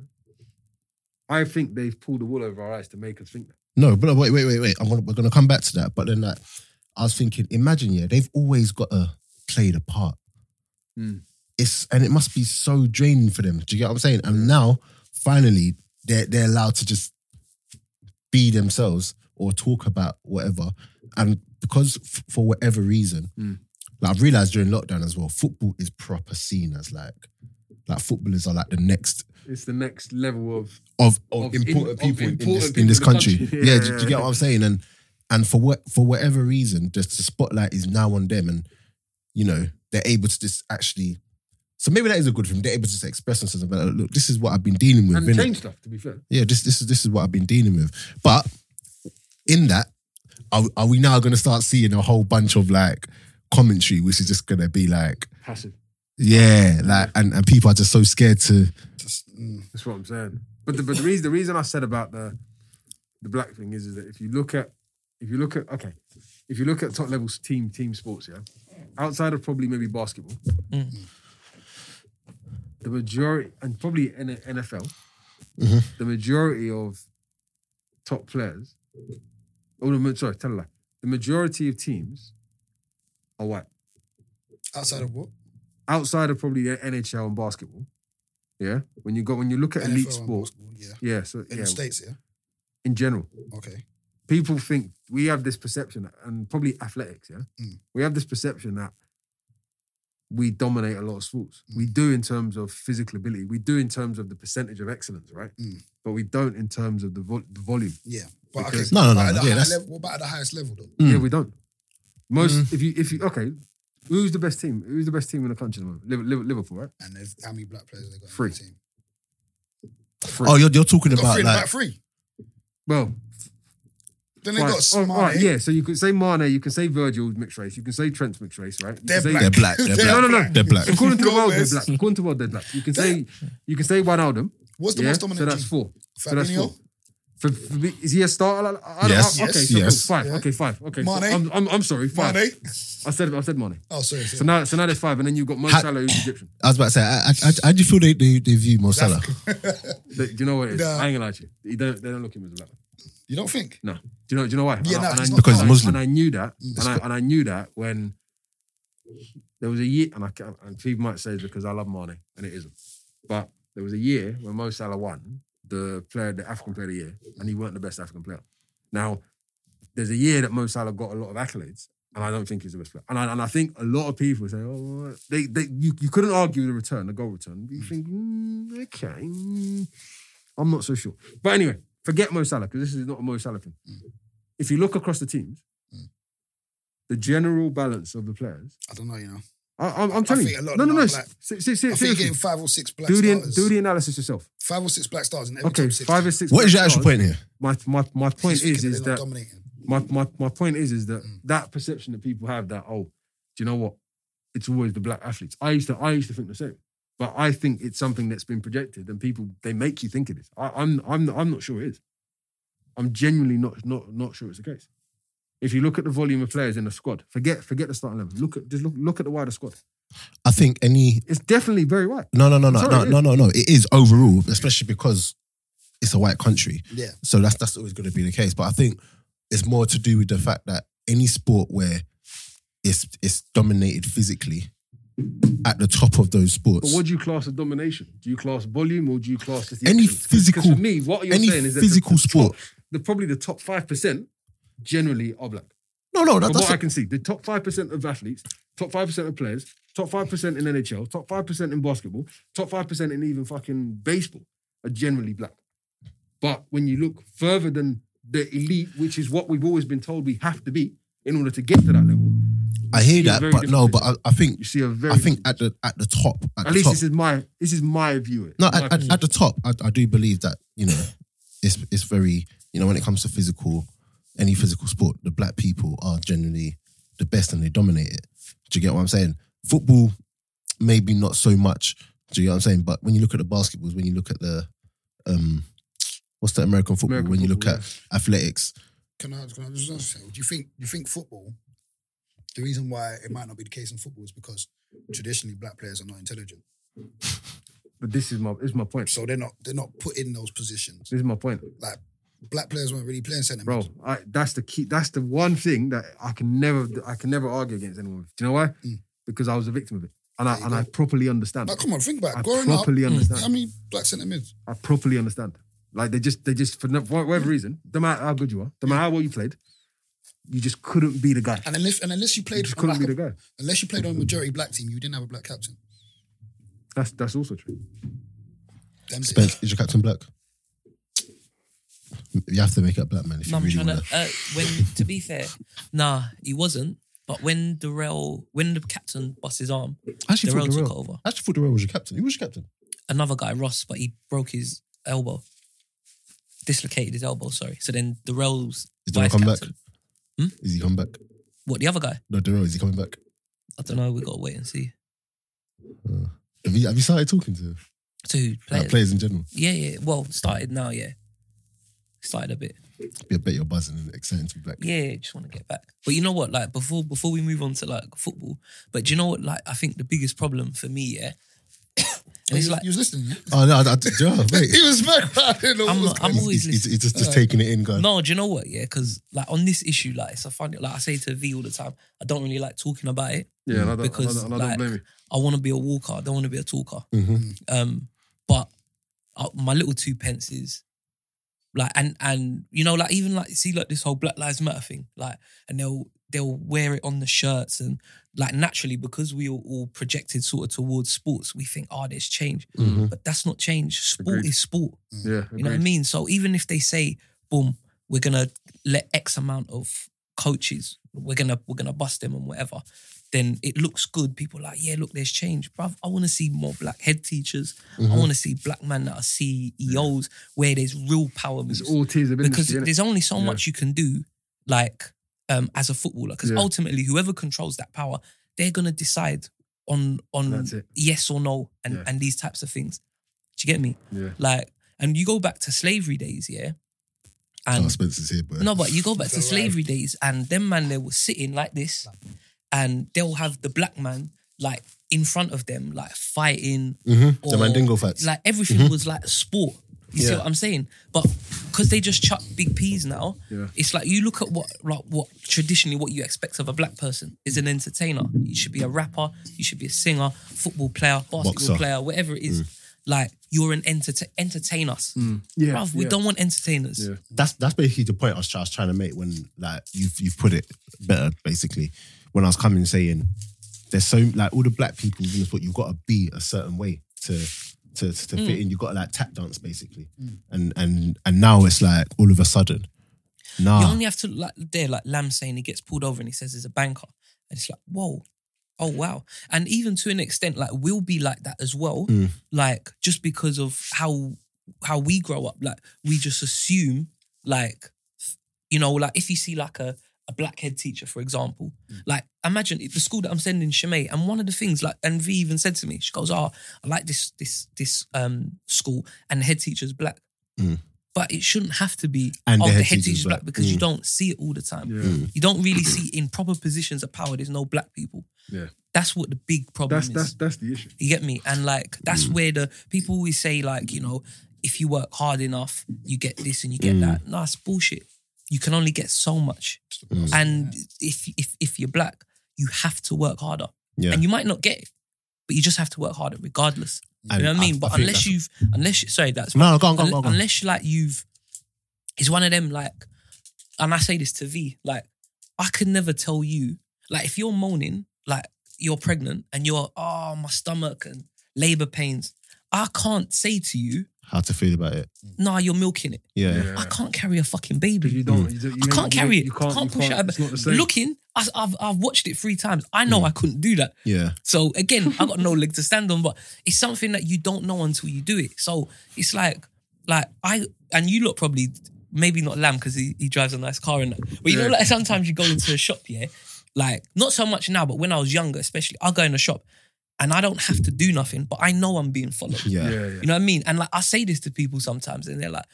S4: I think they've pulled the wool over our eyes to make us think that.
S3: No, but wait, wait, wait, wait. I'm gonna, we're gonna come back to that. But then, like, I was thinking, imagine, yeah, they've always got to play the part.
S4: Mm.
S3: It's and it must be so draining for them. Do you get what I'm saying? And now, finally, they're they're allowed to just be themselves or talk about whatever. And because f- for whatever reason,
S4: Mm.
S3: like I've realized during lockdown as well, football is proper seen as like, like footballers are like the next
S4: It's the next level of
S3: of, of,
S4: Of
S3: important
S4: in- of
S3: people in- in
S4: important
S3: this, in
S4: people
S3: this
S4: in the
S3: country.
S4: country.
S3: Yeah,
S4: Yeah,
S3: do, do
S4: yeah,
S3: you get what I'm saying? And and for what for whatever reason, just the spotlight is now on them, and you know they're able to just actually. So maybe that is a good thing. They're able to just express themselves. But look, this is what I've been dealing with.
S4: and
S3: innit?
S4: change stuff. To be fair,
S3: Yeah, this this is this is what I've been dealing with. But in that, are, are we now going to start seeing a whole bunch of like commentary, which is just going to be like,
S4: passive.
S3: yeah, like, and, and people are just so scared to.
S2: Just, mm,
S4: That's what I'm saying. But the, but the reason the reason I said about the the black thing is is that if you look at if you look at okay if you look at top level team team sports yeah outside of probably maybe basketball
S1: Mm.
S4: the majority and probably N- NFL
S3: Mhm.
S4: the majority of top players oh no sorry tell a lie the majority of teams are white
S2: outside of what?
S4: outside of probably the NHL and basketball yeah when you go when you look at
S2: NFL
S4: elite
S2: and
S4: sport
S2: basketball, Yeah.
S4: yeah so
S2: In
S4: yeah
S2: the States, yeah.
S4: in general
S2: Okay.
S4: people think we have this perception, and probably athletics, yeah,
S2: Mm.
S4: we have this perception that we dominate a lot of sports.
S2: Mm.
S4: We do in terms of physical ability. We do in terms of the percentage of excellence, right?
S2: Mm.
S4: But we don't in terms of the, vol- the volume.
S2: Yeah. But okay.
S4: Because-
S3: No, no, no,
S2: but at
S3: no,
S2: the
S3: yeah,
S2: high
S3: that's-
S2: level, what about at the highest level though?
S3: Mm.
S4: Yeah, we don't. Most if you if you okay, who's the best team? Who's the best team in the country? at the moment? Liver- Liver- Liverpool, right?
S2: And there's- how many black players they got?
S4: Three.
S2: In the team?
S3: Oh, you're, you're talking
S2: They got
S3: about
S2: three. in the
S3: like
S2: back three.
S4: Well,
S2: Then they
S4: right.
S2: got
S4: Oh,
S2: smart.
S4: right, yeah. So you could say Mane, you can say Virgil mixed race, you can say Trent's mixed race, right? You can
S2: They're
S4: say-
S2: black.
S3: they're black. They're black.
S4: No, no, no.
S3: They're black.
S4: According to the world, they're
S2: Gomez.
S4: black. According to the world, they're black. You can say you can say Wijnaldum.
S2: What's the
S4: yeah?
S2: most dominant
S4: So that's
S2: team?
S4: four. So that's
S2: Fabinho?
S4: four. For, for me, is he a starter? I- I don't-
S3: Yes.
S4: I- okay,
S3: Yes,
S4: so cool.
S3: yes.
S4: Five.
S2: Yeah.
S4: Okay, five. Okay. so
S2: Mane?
S4: I'm, I'm, I'm sorry. Five.
S2: Mane?
S4: I said I said Mane.
S2: Oh, sorry.
S4: So
S2: sorry.
S4: now so now there's five, and then you've got Mo
S3: Ha-
S4: Salah who's Egyptian.
S3: I was about to say, I, I, I, how do you feel they, they, they view Mo Salah?
S4: Do do you know what it is?
S2: Nah.
S4: I ain't gonna lie to you. He don't, they don't look at him as a black man.
S2: You don't think?
S4: No. Do you know? Do you know why?
S2: Yeah,
S4: And I-
S2: no,
S4: and
S2: he's
S4: I-
S2: not
S3: Because he's
S4: and I-
S3: Muslim.
S4: And I knew that, and I,
S3: got-
S4: and I knew that when there was a year, and I can't- and people might say it's because I love Mane, and it isn't. But There was a year when Mo Salah won the player, the African player of the year, and he weren't the best African player. Now, there's a year that Mo Salah got a lot of accolades, and I don't think he's the best player. And I, and I think a lot of people say, oh, they, they you, you couldn't argue the return, the goal return. You think, mm, okay, mm, I'm not so sure. But anyway, forget Mo Salah because this is not a Mo Salah thing. If you look across the teams, the general balance of the players,
S2: I don't know, you know.
S4: I, I'm,
S2: I
S4: I'm telling
S2: think
S4: you,
S2: a lot
S4: no,
S2: of
S4: no,
S2: them
S4: no,
S2: are
S4: s-
S2: black. I
S4: se- se-
S2: think you're
S4: seriously.
S2: getting five or six black
S4: do the
S2: stars.
S4: do the analysis yourself.
S2: five or six black stars in every
S4: Okay,
S2: top six.
S4: five or six.
S3: What is your
S4: black
S3: actual
S4: stars.
S3: point here?
S4: My my my point
S2: Just
S4: is
S2: thinking
S4: is
S2: they're not
S4: that
S2: dominating.
S4: my my my point is is that
S3: Mm.
S4: that perception that people have that oh, do you know what? It's always the black athletes. I used to I used to think the same, but I think it's something that's been projected and people they make you think it is. I, I'm I'm I'm not sure it is. I'm genuinely not not not sure it's the case. If you look at the volume of players in the squad, forget forget the starting eleven. Look at just look look at the wider squad.
S3: I think any
S4: It's definitely very white.
S3: no no no no
S4: Sorry,
S3: no
S4: it
S3: no no no it is overall, especially because it's a white country.
S2: Yeah,
S3: So that's that's always going to be the case. But I think it's more to do with the fact that any sport where it's it's dominated physically at the top of those
S4: But
S3: sports.
S4: what do you class as domination? Do you class volume or do you class as the
S3: Any
S4: actions? 'Cause- 'cause
S3: physical-
S4: For me, what you're
S3: any
S4: saying is that the-
S3: physical
S4: the
S3: sport.
S4: top- the probably the top five percent generally are black.
S3: No, no, that,
S4: From
S3: that's
S4: what I can see, the top five percent of athletes, top five percent of players, top five percent in NHL, top five percent in basketball, top five percent in even fucking baseball are generally black. But when you look further than the elite, which is what we've always been told we have to be in order to get to that level,
S3: I hear
S4: see a
S3: that,
S4: very
S3: but no,
S4: different
S3: but I, I think
S4: you see a very.
S3: I think at the at the top,
S4: at
S3: at, the
S4: least
S3: top,
S4: this is my this is my view.
S3: no,
S4: my
S3: at, at,
S4: perception.
S3: at the top, I, I do believe that you know, it's it's very you know when it comes to physical, any physical sport, the black people are generally the best and they dominate it. Do you get what I'm saying? Football, maybe not so much. Do you get what I'm saying? But when you look at the basketballs, when you look at the, um, what's the American football?
S4: American
S3: when you look
S4: football,
S3: at athletics,
S2: can I, can I just ask you, do you think do you think football? The reason why it might not be the case in football is because traditionally black players are not intelligent,
S4: But this is my this is my point.
S2: so they're not they're not put in those positions.
S4: This is my point,
S2: Like black players weren't really playing centre.
S4: bro.
S2: mid.
S4: I, that's the key. That's the one thing that I can never I can never argue against anyone. With. Do you know why? Because I was a victim of it, and
S2: Mm.
S4: I
S2: There you
S4: and
S2: go.
S4: I properly understand.
S2: Like, come on, think about it.
S4: I
S2: growing
S4: properly
S2: up.
S4: understand.
S2: How many black centre mids?
S4: I properly understand. Like they just they just for no, for whatever
S2: Mm.
S4: reason, no matter how good you are, no matter how well you played, you just couldn't be the guy.
S2: And unless and unless you
S4: You
S2: played
S4: just
S2: on
S4: couldn't
S2: like
S4: be
S2: a-
S4: the guy.
S2: unless you played on a majority black team, you didn't have a black captain.
S4: That's that's also true.
S2: Damn it.
S3: Spence, is your captain black? You have to make it a black man if
S1: No,
S3: you
S1: I'm
S3: really
S1: trying
S3: want
S1: to. Uh, when to be fair, nah, he wasn't. But when Darrell, when the captain bust his arm,
S3: I actually
S1: Darrell
S3: thought
S1: took
S3: Darrell,
S1: over.
S3: I actually thought Darrell was your captain. He was your captain.
S1: Another guy, Ross, but he broke his elbow, dislocated his elbow. Sorry. So then Darrell's
S3: Is Darrell
S1: vice
S3: coming
S1: captain.
S3: back? Is he coming back?
S1: What the other guy?
S3: No, Darrell, is he coming back?
S1: I don't know. We gotta wait and see.
S3: Uh, have, you, have you started talking to
S1: To who?
S3: like,
S1: players?
S3: players in general?
S1: Yeah, yeah. Well, started now. Yeah, started a bit.
S3: Yeah, I bet you're buzzing and excited to be back.
S1: Yeah, yeah, just want to get back. But you know what? Like before, before we move on to like football, but do you know what? Like I think the biggest problem for me, yeah, and it's
S2: You-
S1: like
S2: you was listening. Yeah?
S3: Oh, no, I, I, yeah, mate.
S2: he was back. I didn't know what
S1: I'm
S2: was
S1: not- I'm
S2: going on.
S1: always
S3: He's, he's,
S1: listening.
S3: he's just, just taking it in, going,
S1: No, do you know what? Yeah, because like on this issue, like it's a funny. Like I say to V all the time, I don't really like talking about it.
S4: Yeah, and I don't,
S1: Mm. Because,
S4: I don't, and I
S1: like,
S4: don't blame
S2: mm.
S4: you.
S1: I want to be a walker. I don't want to be a talker.
S3: Mhm.
S1: Um, but uh, my little two pence is like, and and you know, like even like see like this whole Black Lives Matter thing, like, and they'll they'll wear it on the shirts and like naturally because we are all projected sort of towards sports, we think, oh, there's change,
S3: Mhm.
S1: but that's not change. Sport
S4: Agreed.
S1: is sport.
S4: Yeah,
S1: You know what I
S4: agreed.
S1: mean? So even if they say, boom, we're gonna let X amount of coaches, we're gonna we're gonna bust them and whatever, then it looks good. People are like, yeah, look, there's change. Bruv, I wanna see more black head teachers. I wanna see black men that are CEOs where there's real power moves.
S4: It's all tears of
S1: because
S4: industry, innit?
S1: there's only so
S4: Yeah.
S1: much you can do, like um, as a footballer. Because
S4: Yeah.
S1: ultimately whoever controls that power, they're gonna decide on on
S4: That's it.
S1: yes or no and,
S4: Yeah.
S1: and these types of things. Do you get me?
S4: Yeah.
S1: Like, and you go back to slavery days, yeah.
S3: oh,
S1: And
S3: Spence is here, but
S1: no, but you go back to
S2: It's alright.
S1: slavery days, and them man they were sitting like this, and they'll have the black man like in front of them, like fighting,
S3: Mm-hmm. the Mandingo fights.
S1: like everything was like sport. You see
S3: Mm-hmm. Yeah.
S1: what I'm saying? But because they just chuck big peas now,
S4: Yeah.
S1: it's like you look at what like what traditionally what you expect of a black person is an entertainer. You should be a rapper, you should be a singer, football player, basketball
S3: Boxer. Mm.
S1: player, whatever it is. Like you're an entertain entertain us.
S4: Mm. Yeah,
S1: Bruv, we
S4: yeah.
S1: don't want entertainers.
S4: Yeah.
S3: that's that's basically the point I was, I was trying to make when like you've you've put it better basically when I was coming saying there's so like all the black people in this what you've got to be a certain way to to to, to
S1: Mm.
S3: fit in you've got to like tap dance basically and and and now it's like all of a sudden
S1: You
S3: nah
S1: only have to like there, like Lam saying he gets pulled over and he says he's a banker. And it's like, whoa. Oh wow. And even to an extent, like we'll be like that as well.
S3: Mm.
S1: Like just because of how how we grow up. Like we just assume like you know, like if you see like a a blackhead teacher, for example,
S3: Mm.
S1: like imagine if the school that I'm sending Shemay, and one of the things like and V even said to me, she goes, Oh, I like this this this um school and the head teacher's black.
S3: Mm.
S1: But it shouldn't have to be
S3: And
S1: oh,
S3: the
S1: the
S3: head
S1: head
S3: teacher's
S1: teacher's black
S3: black.
S1: because you
S3: Mm.
S1: don't see it all the time.
S4: Yeah.
S1: You don't really see in proper positions of power. There's no black people.
S4: Yeah.
S1: that's what the big problem
S4: That's
S1: is.
S4: that's that's the issue.
S1: you get me? And like that's
S3: Mm.
S1: where the people always say like you know if you work hard enough you get this and you
S3: Mm.
S1: get that. No, it's bullshit. You can only get so much.
S3: Mm.
S1: And if if if you're black, you have to work harder.
S3: yeah
S1: And you might not get it, but you just have to work harder regardless.
S3: And
S1: you know what I mean? but
S3: think
S1: unless
S3: that's-
S1: you've unless you, sorry that's
S3: no go on go on go on,
S1: Unle-
S3: go on.
S1: Unless like you've, it's one of them like, and I say this to V, like I could never tell you, like if you're moaning, like you're pregnant and you're oh my stomach and labor pains, I can't say to you,
S3: how to feel about it
S1: nah, you're milking it.
S3: yeah,
S4: Mm. Yeah.
S1: I can't carry a fucking baby.
S4: Because you don't. You don't you
S1: Mm. I can't
S4: ain't-
S1: carry it.
S4: You
S1: I can't
S4: you
S1: push
S4: can't-
S1: it.
S4: It's not the
S1: out.
S4: same. Mm.
S1: Looking, I, I've I've watched it three times. I know I couldn't do that.
S3: yeah.
S1: So again, I got no leg to stand on, but it's something that you don't know until you do it. So it's like, like I and you look probably maybe not Lamb because he, he drives a nice car and that. But you know,
S4: Yeah.
S1: like sometimes you go into a shop, yeah, like not so much now, but when I was younger, especially, I'll go in a shop and I don't have to do nothing, but I know I'm being followed.
S4: Yeah,
S3: yeah.
S4: yeah.
S1: You know what I mean? And like I say this to people sometimes, and they're like,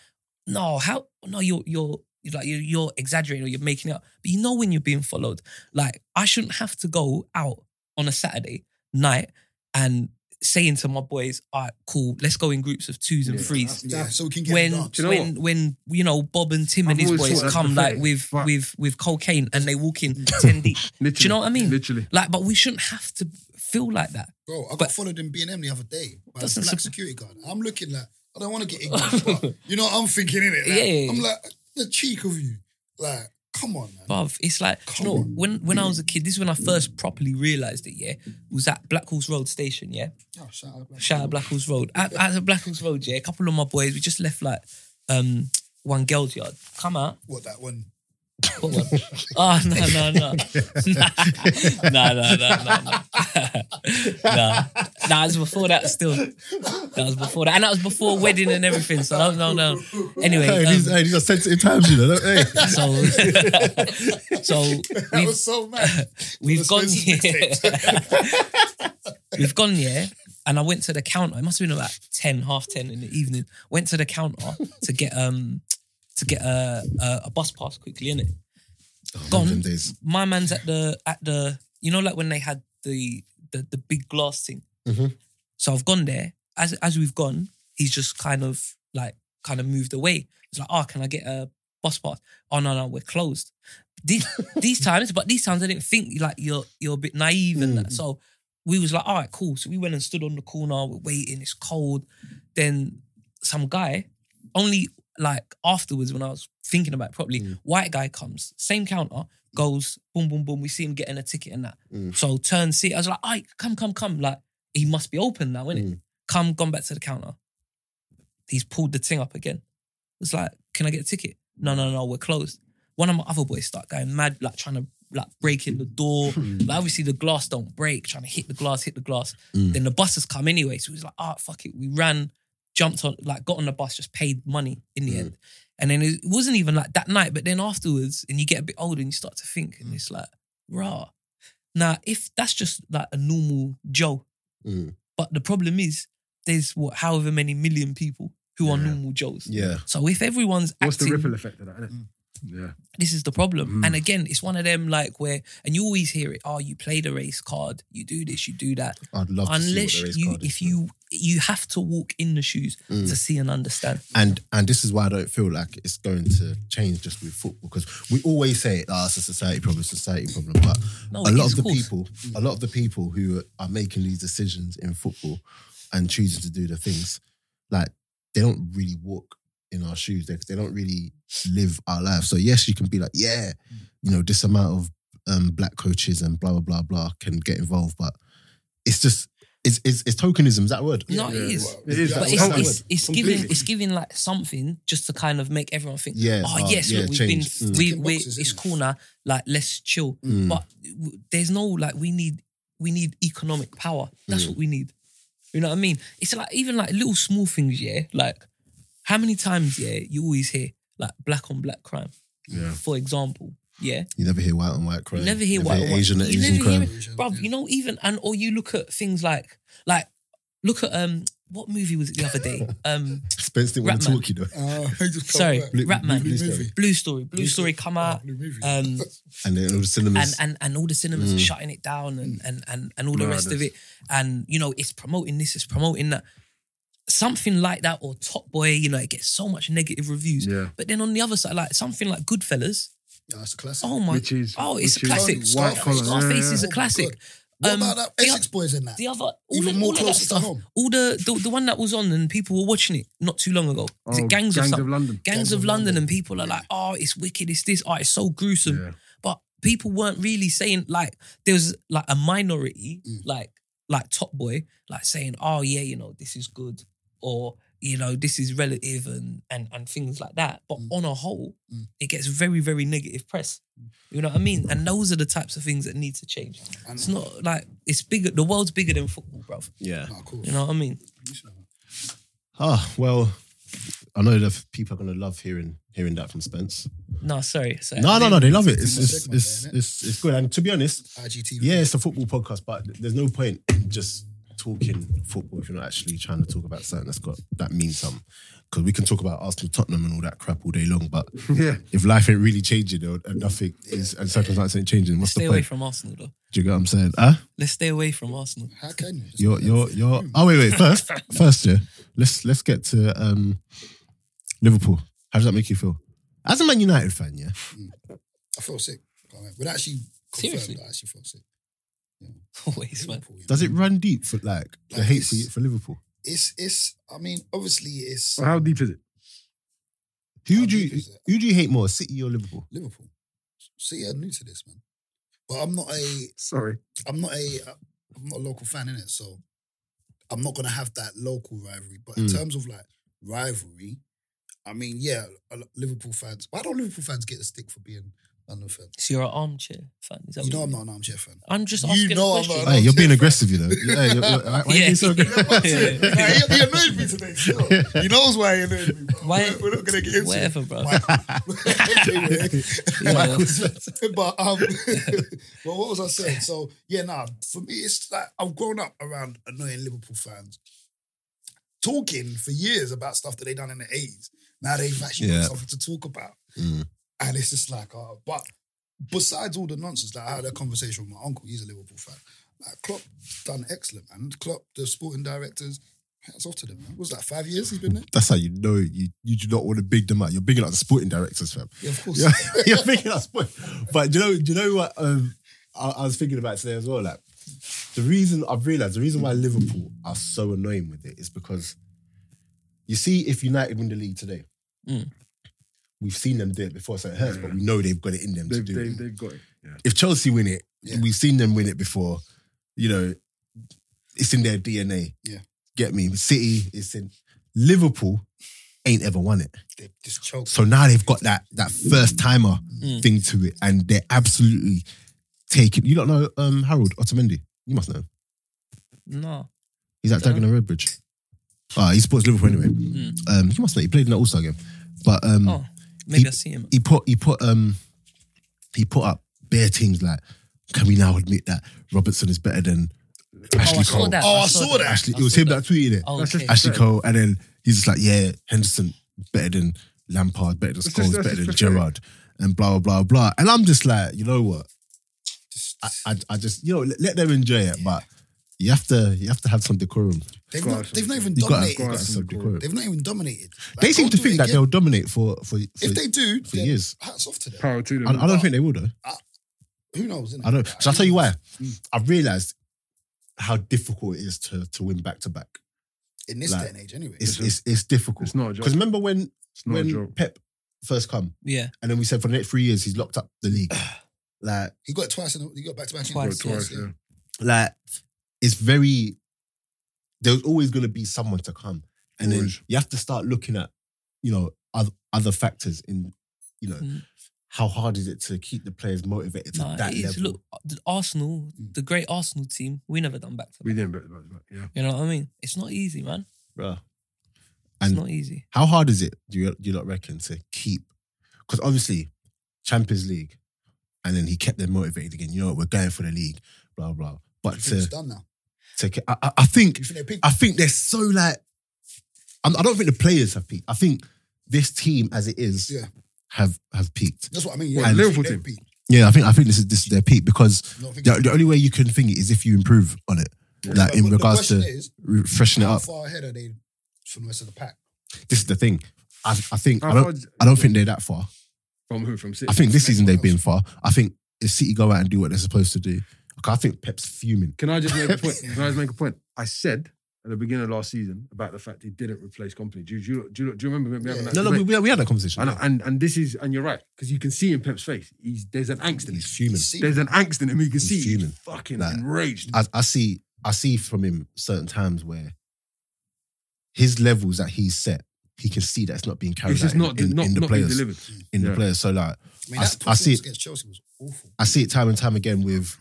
S1: "No, how? No, you're you're you're like you're, you're exaggerating or you're making it up." But you know when you're being followed. Like I shouldn't have to go out on a Saturday night and saying to my boys, "All right, cool, let's go in groups of twos and
S4: Yeah.
S1: threes.
S2: Yeah, so we can get
S1: When
S2: it done.
S4: Do you know
S1: when when you know Bob and Tim and
S4: I've
S1: his
S4: always
S1: boys
S4: thought that's
S1: come like
S4: pathetic,
S1: with
S4: but-
S1: with with cocaine and they walk in ten deep.
S4: Literally.
S1: Do you know what I mean?
S4: Literally.
S1: Like, but we shouldn't have to feel like that.
S2: Bro, I got
S1: But-
S2: followed in B&M the other day by a
S1: Doesn't
S2: black
S1: sup-
S2: security guard. I'm looking like, I don't want to get ignorant, but you know what I'm thinking, innit? Like,
S1: Yeah, yeah, yeah.
S2: I'm like, the cheek of you. Like, come on, man.
S1: Bruv, it's like do you know,
S2: Come on.
S1: when when I was a kid, this is when I first properly realised it, yeah. Was at Black Horse Road station, yeah.
S2: Oh, shout out, man.
S1: Shout out Black Horse Road. At, at Black Horse Road, yeah, a couple of my boys, we just left like um one girl's yard. Come out.
S2: What, that one?
S1: What one? oh no, no, no. no, no, no, no, no. nah. Nah, it was before that still. That was before that. And that was before wedding and everything. So no, no, no. Anyway,
S3: Hey, these,
S1: um,
S3: hey, these are sensitive times, you know. don't- Hey.
S1: so so
S2: That
S1: we've
S2: was so mad.
S1: we've
S2: That's
S1: gone
S2: Spencer's
S1: here. we've gone here, and I went to the counter. It must have been about ten, half ten in the evening. Went to the counter to get um to get a a, a bus pass quickly in it. Gone.
S3: Them days.
S1: My man's at the at the you know like when they had the the, the big glass thing.
S3: Mhm.
S1: So I've gone there. As as we've gone, he's just kind of like kind of moved away. He's like, oh, can I get a bus pass? Oh no, no, we're closed. These these times, but these times I didn't think like you're you're a bit naive and that. So we was like, all right, cool. So we went and stood on the corner, we're waiting, it's cold. Then some guy, only like afterwards when I was thinking about it properly, white guy comes, same counter, goes, boom, boom, boom. We see him getting a ticket and that. So turn see, I was like, all right, come, come, come. Like, he must be open now, innit? Come, gone back to the counter. He's pulled the thing up again. It's like, can I get a ticket? No, no, no, we're closed. One of my other boys start going mad, like trying to like break in the door. like obviously the glass don't break, trying to hit the glass, hit the glass. Then the bus has come anyway. So he's like, ah, fuck it. We ran, jumped on, like got on the bus, just paid money in the end. And then it wasn't even like that night, but then afterwards, and you get a bit older and you start to think,
S3: Mm.
S1: and it's like, rah. Now, if that's just like a normal Joe,
S3: Mm.
S1: but the problem is there's what however many million people who are
S4: Yeah.
S1: normal Joes.
S3: Yeah.
S1: So if everyone's
S4: What's the
S1: acting,
S4: ripple effect of that? Innit? Yeah.
S1: this is the problem.
S4: Mm.
S1: And again, it's one of them like where, and you always hear it. Oh, you play the race card. You do this. You do that.
S3: I'd love to
S1: Unless
S3: see what the race
S1: you,
S3: card is, Mm.
S1: if you, you have to walk in the shoes to see and understand.
S3: and and this is why I don't feel like it's going to change just with football because we always say it, oh, it's a society problem, it's a society problem. But
S1: No,
S3: a
S1: it
S3: lot
S1: is,
S3: of the
S1: of course.
S3: people, a lot of the people who are making these decisions in football and choosing to do the things, like they don't really walk in our shoes. They, they don't really live our life. So yes, you can be like, yeah,
S1: Mm.
S3: you know, this amount of um, black coaches and blah blah blah blah can get involved, but it's just it's it's, it's tokenism. Oh, Is that a word?
S1: No, it is.
S4: It is,
S1: But
S4: That's
S1: it's,
S4: how it
S1: it's, it's giving
S4: Completely.
S1: it's giving like something just to kind of make everyone think,
S3: Yeah,
S1: oh
S3: oh,
S1: yes,
S3: yeah,
S1: look, we've
S3: change.
S1: been
S3: Mm.
S1: we
S2: Ticking
S1: we
S2: boxes,
S1: it's
S2: isn't it?
S1: cool now, like let's chill.
S3: Mm.
S1: But w- there's no like we need we need economic power. That's
S3: Mm.
S1: what we need. You know what I mean? It's like even like little small things, yeah. Like how many times, yeah, you always hear like black on black crime,
S4: Yeah.
S1: for example, yeah.
S3: You never hear white and white crime.
S1: You never hear white on white.
S3: Asian and
S1: You
S3: Asian
S1: never hear
S3: crime.
S1: it.
S2: Asian,
S1: Bruv,
S2: Oh, yeah.
S1: you know, even and or you look at things like like look at um what movie was it the other day? Um
S3: Spence didn't want to
S1: Ratman.
S3: talk, you know.
S2: Uh, I just can't
S1: sorry,
S2: work.
S3: Blue-
S1: Ratman.
S3: Blue
S1: Blue,
S3: Story.
S1: story. Blue story. come out.
S2: Blue movie.
S1: Um,
S3: And then all the cinemas.
S1: and, and and all the cinemas are shutting it down and and and, and all the rest of
S4: Madness.
S1: it. And you know, it's promoting this, it's promoting that. Something like that, or Top Boy, you know, it gets so much negative reviews.
S4: Yeah.
S1: But then on the other side, like something like Goodfellas,
S2: yeah, that's a classic.
S1: oh my,
S4: Which is-
S1: oh, it's
S4: which
S1: a
S4: is
S1: classic.
S2: white
S1: Scarface,
S2: collar, yeah,
S1: Scarface
S4: yeah,
S1: is
S2: yeah.
S1: a classic.
S2: What
S1: Um,
S2: about that
S1: the
S2: Essex boys in that?
S1: the other all
S2: Even
S1: the,
S2: more
S1: all of that
S2: closer to
S1: stuff,
S2: home.
S1: all the, the the one that was on and people were watching it not too long ago. Is
S4: Oh,
S1: it Gangs,
S4: Gangs
S1: of,
S4: of
S1: Some-
S4: London.
S1: Gangs, of, London, and people are like, oh, it's wicked, it's this, oh, it's so gruesome.
S4: Yeah.
S1: But people weren't really saying like there was like a minority
S2: Mm.
S1: like like Top Boy like saying, oh yeah, you know this is good or you know this is relative and and and things like that. But
S2: Mm.
S1: on a whole, it gets very very negative press. You know what I mean? And those are the types of things that need to change.
S2: And-
S1: It's not like it's bigger. The world's bigger than football, bruv.
S3: yeah.
S2: Nah, cool.
S1: You know what I mean?
S3: Ah, well, I know that people are going to love hearing hearing that from Spence.
S1: No, sorry. sorry.
S3: No, no, no, they love it.
S2: It's
S3: It's
S2: a
S3: it's
S2: segment
S3: it's,
S2: there, innit?
S3: it's it's good. And to be honest,
S2: IGTV.
S3: yeah, it's a football podcast, but there's no point in just talking football if you're not actually trying to talk about something that's got that means something. Because we can talk about Arsenal, Tottenham, and all that crap all day long, but
S4: Yeah.
S3: if life ain't really changing or and nothing is and circumstances ain't changing, what's
S1: Stay
S3: the
S1: away
S3: point?
S1: from Arsenal, though.
S3: Do you get what I'm saying? Huh?
S1: Let's stay away from Arsenal.
S2: How can you? Just
S3: You're, you're, you're. Oh wait, wait. First, first, yeah. Let's let's get to um, Liverpool. How does that make you feel? As a Man United fan, yeah.
S2: I feel sick. I mean, Would actually confirm
S1: Seriously?
S2: that I actually feel sick.
S1: Always, man.
S2: Liverpool, yeah.
S3: Does it run deep for like the hate for for Liverpool?
S2: It's it's. I mean, obviously, it's
S4: Well, how deep is it?
S3: Who do you who do you hate more, City or Liverpool?
S2: Liverpool. See, I'm new to this, man. But I'm not a.
S4: Sorry.
S2: I'm not a. I'm not a local fan in it, so I'm not gonna have that local rivalry. But in
S3: Mm.
S2: terms of like rivalry, I mean, yeah, a lot- Liverpool fans. Why don't Liverpool fans get a stick for being London fans?
S1: So you're an armchair fan. Is that
S2: You
S1: what
S2: know, I'm
S1: mean?
S2: not an armchair fan.
S1: I'm just
S2: You
S1: asking
S2: know
S1: a
S2: I'm
S1: question.
S2: not-
S3: Hey, you're being aggressive, you know. Hey, you're- you're- why are you being so
S1: Yeah.
S3: aggressive?
S2: Nah, he, he annoyed me today. Still. He knows why he annoyed me. Bro.
S1: Why-
S2: We're, we're not gonna get into
S1: Whatever,
S2: it.
S1: bro.
S2: Anyway.
S1: You know,
S2: but um, well, what was I saying? So yeah, nah. For me, it's like I've grown up around annoying Liverpool fans talking for years about stuff that they done in the eighties. Now they've actually
S3: Yeah.
S2: got something to talk about,
S3: Mm.
S2: and it's just like, uh, but besides all the nonsense, like I had a conversation with my uncle. He's a Liverpool fan. Like Klopp done excellent, and Klopp, the sporting directors, hats off to them. Man. What was that five years he's been there?
S3: That's how you know you, you do not want to big them up. You're bigging up the sporting directors, fam.
S2: Yeah, of course.
S3: Yeah, you're thinking that's point. But do you know, do you know what um, I, I was thinking about today as well? Like the reason I've realised the reason why Liverpool are so annoying with it is because you see, if United win the league today,
S1: Mm.
S3: we've seen them do it before, so it hurts, but we know they've got it in them to
S4: They've,
S3: do
S4: they've,
S3: it.
S4: they've got it. Yeah.
S3: If Chelsea win it,
S2: Yeah.
S3: we've seen them win it before. You know, it's in their DNA.
S2: Yeah.
S3: Get me? City, it's in Liverpool ain't ever won it.
S2: They just choked.
S3: So now they've got that that first timer
S1: Mm.
S3: thing to it, and they're absolutely taking. You don't know um, Harold Otamendi? You must know. him.
S1: no.
S3: He's at Dagenham Redbridge. Ah, he supports Liverpool anyway. Um, you must know. He played in that All Star game, but um,
S1: Oh, maybe
S3: He-
S1: I see him.
S3: he put he put um he put up bare things like. Can we now admit that Robertson is better than Ashley
S1: I saw
S3: Cole?
S1: that.
S2: Oh, I saw that.
S3: Ashley, it was him that tweeted it.
S1: Oh,
S4: That's
S1: okay.
S4: just-
S3: Ashley Cole, and then he's just like, yeah, Henderson better than Lampard, better than
S4: just-
S3: Scholes,
S4: that's
S3: better than
S4: just
S3: Gerrard, and blah blah blah blah. And I'm just like, you know what?
S2: Just-
S3: I, I, I just you know let, let them enjoy it, but you have to you have to have some decorum.
S2: They've
S4: Got
S2: not,
S4: us.
S2: they've not even
S3: You got
S2: dominated.
S3: to have
S2: this.
S3: some decorum.
S2: They've not even dominated. Like,
S3: They seem
S2: go
S3: to
S2: do it
S3: think that
S2: again.
S3: they'll dominate for for. for
S2: If they do,
S3: for
S2: then
S3: years.
S2: hats off to them.
S4: Power to them.
S3: I, I don't think they will though.
S2: Who knows? innit?
S3: I don't.
S2: Like,
S3: Shall I tell you why?
S2: Mm.
S3: I've realised how difficult it is to to win back to back.
S2: in this
S3: Like,
S2: day and age, anyway.
S4: It's
S3: It's
S4: a-
S3: it's, it's difficult.
S4: It's not a joke.
S3: Because remember when
S4: It's not a
S3: when
S4: joke.
S3: Pep first come,
S1: Yeah,
S3: and then we said for the next three years he's locked up the league. like
S2: he got it twice, and he got back to back.
S1: Twice,
S4: Twice, yeah.
S3: like it's very there's always going to be someone to come and then
S4: Always.
S3: you have to start looking at you know other, other factors in you know
S1: Mm.
S3: how hard is it to keep the players motivated to
S1: nah,
S3: that
S1: it is.
S3: level
S1: Look, the Arsenal,
S2: Mm.
S1: the great Arsenal team, we never done back to
S4: We
S1: back.
S4: didn't, but, but, but yeah.
S1: You know what I mean? It's not easy, man.
S3: bruh.
S1: It's
S3: And-
S1: not easy.
S3: how hard is it do you, do you not reckon to keep because obviously Champions League and then he kept them motivated again you know what we're going for the league blah blah but
S2: It's
S3: to, Ah.
S2: done now.
S3: to ke- I, I- I think
S2: You think they picked?
S3: I think they're so like. I'm, I don't think the players have peaked. I think this team, as it is,
S2: Yeah.
S3: have have peaked.
S2: That's what I mean.
S4: Well,
S2: Yeah,
S4: the
S2: they
S4: Liverpool
S2: picked-
S4: team.
S2: they picked.
S3: Yeah, I think I think this is this is their peak because
S2: You know what I think?
S3: the, the only way you can think it is if you improve on it, like
S2: But
S3: in
S2: the
S3: regards
S2: question
S3: to
S2: is,
S3: re- freshening it
S2: how
S3: up.
S2: far ahead are they from the rest of the pack?
S3: This is the thing. I, I think I
S4: How
S3: don't
S4: hard-
S3: I don't think they're that far.
S4: From who? From City.
S3: I think this season they've been far. I think if City go out and do what they're supposed to do, okay, I think Pep's fuming.
S4: Can I just make a point? Can I just make a point? I said at the beginning of last season about the fact he didn't replace company. Do you do you, do you, do you remember me having
S2: Yeah.
S4: that?
S3: No, no, we,
S4: debate?
S3: we, we had that conversation.
S4: and, and and this is and you're right because you can see in Pep's face he's there's an angst in him.
S3: He's fuming.
S2: See,
S4: There's an angst in him. You can
S3: He's
S4: see
S3: fuming.
S4: he's fucking
S3: Like,
S4: enraged.
S3: I, I see I see from him certain times where his levels that he's set, he can see that it's not being carried
S4: It's
S3: out
S4: just
S3: in,
S4: not
S3: in,
S4: not,
S3: in the
S4: not being
S3: players.
S4: delivered.
S3: In the
S4: Yeah.
S3: players. So like
S2: I mean, that
S3: I- I see
S2: performance
S3: it.
S2: against Chelsea was awful.
S3: I see it time and time again with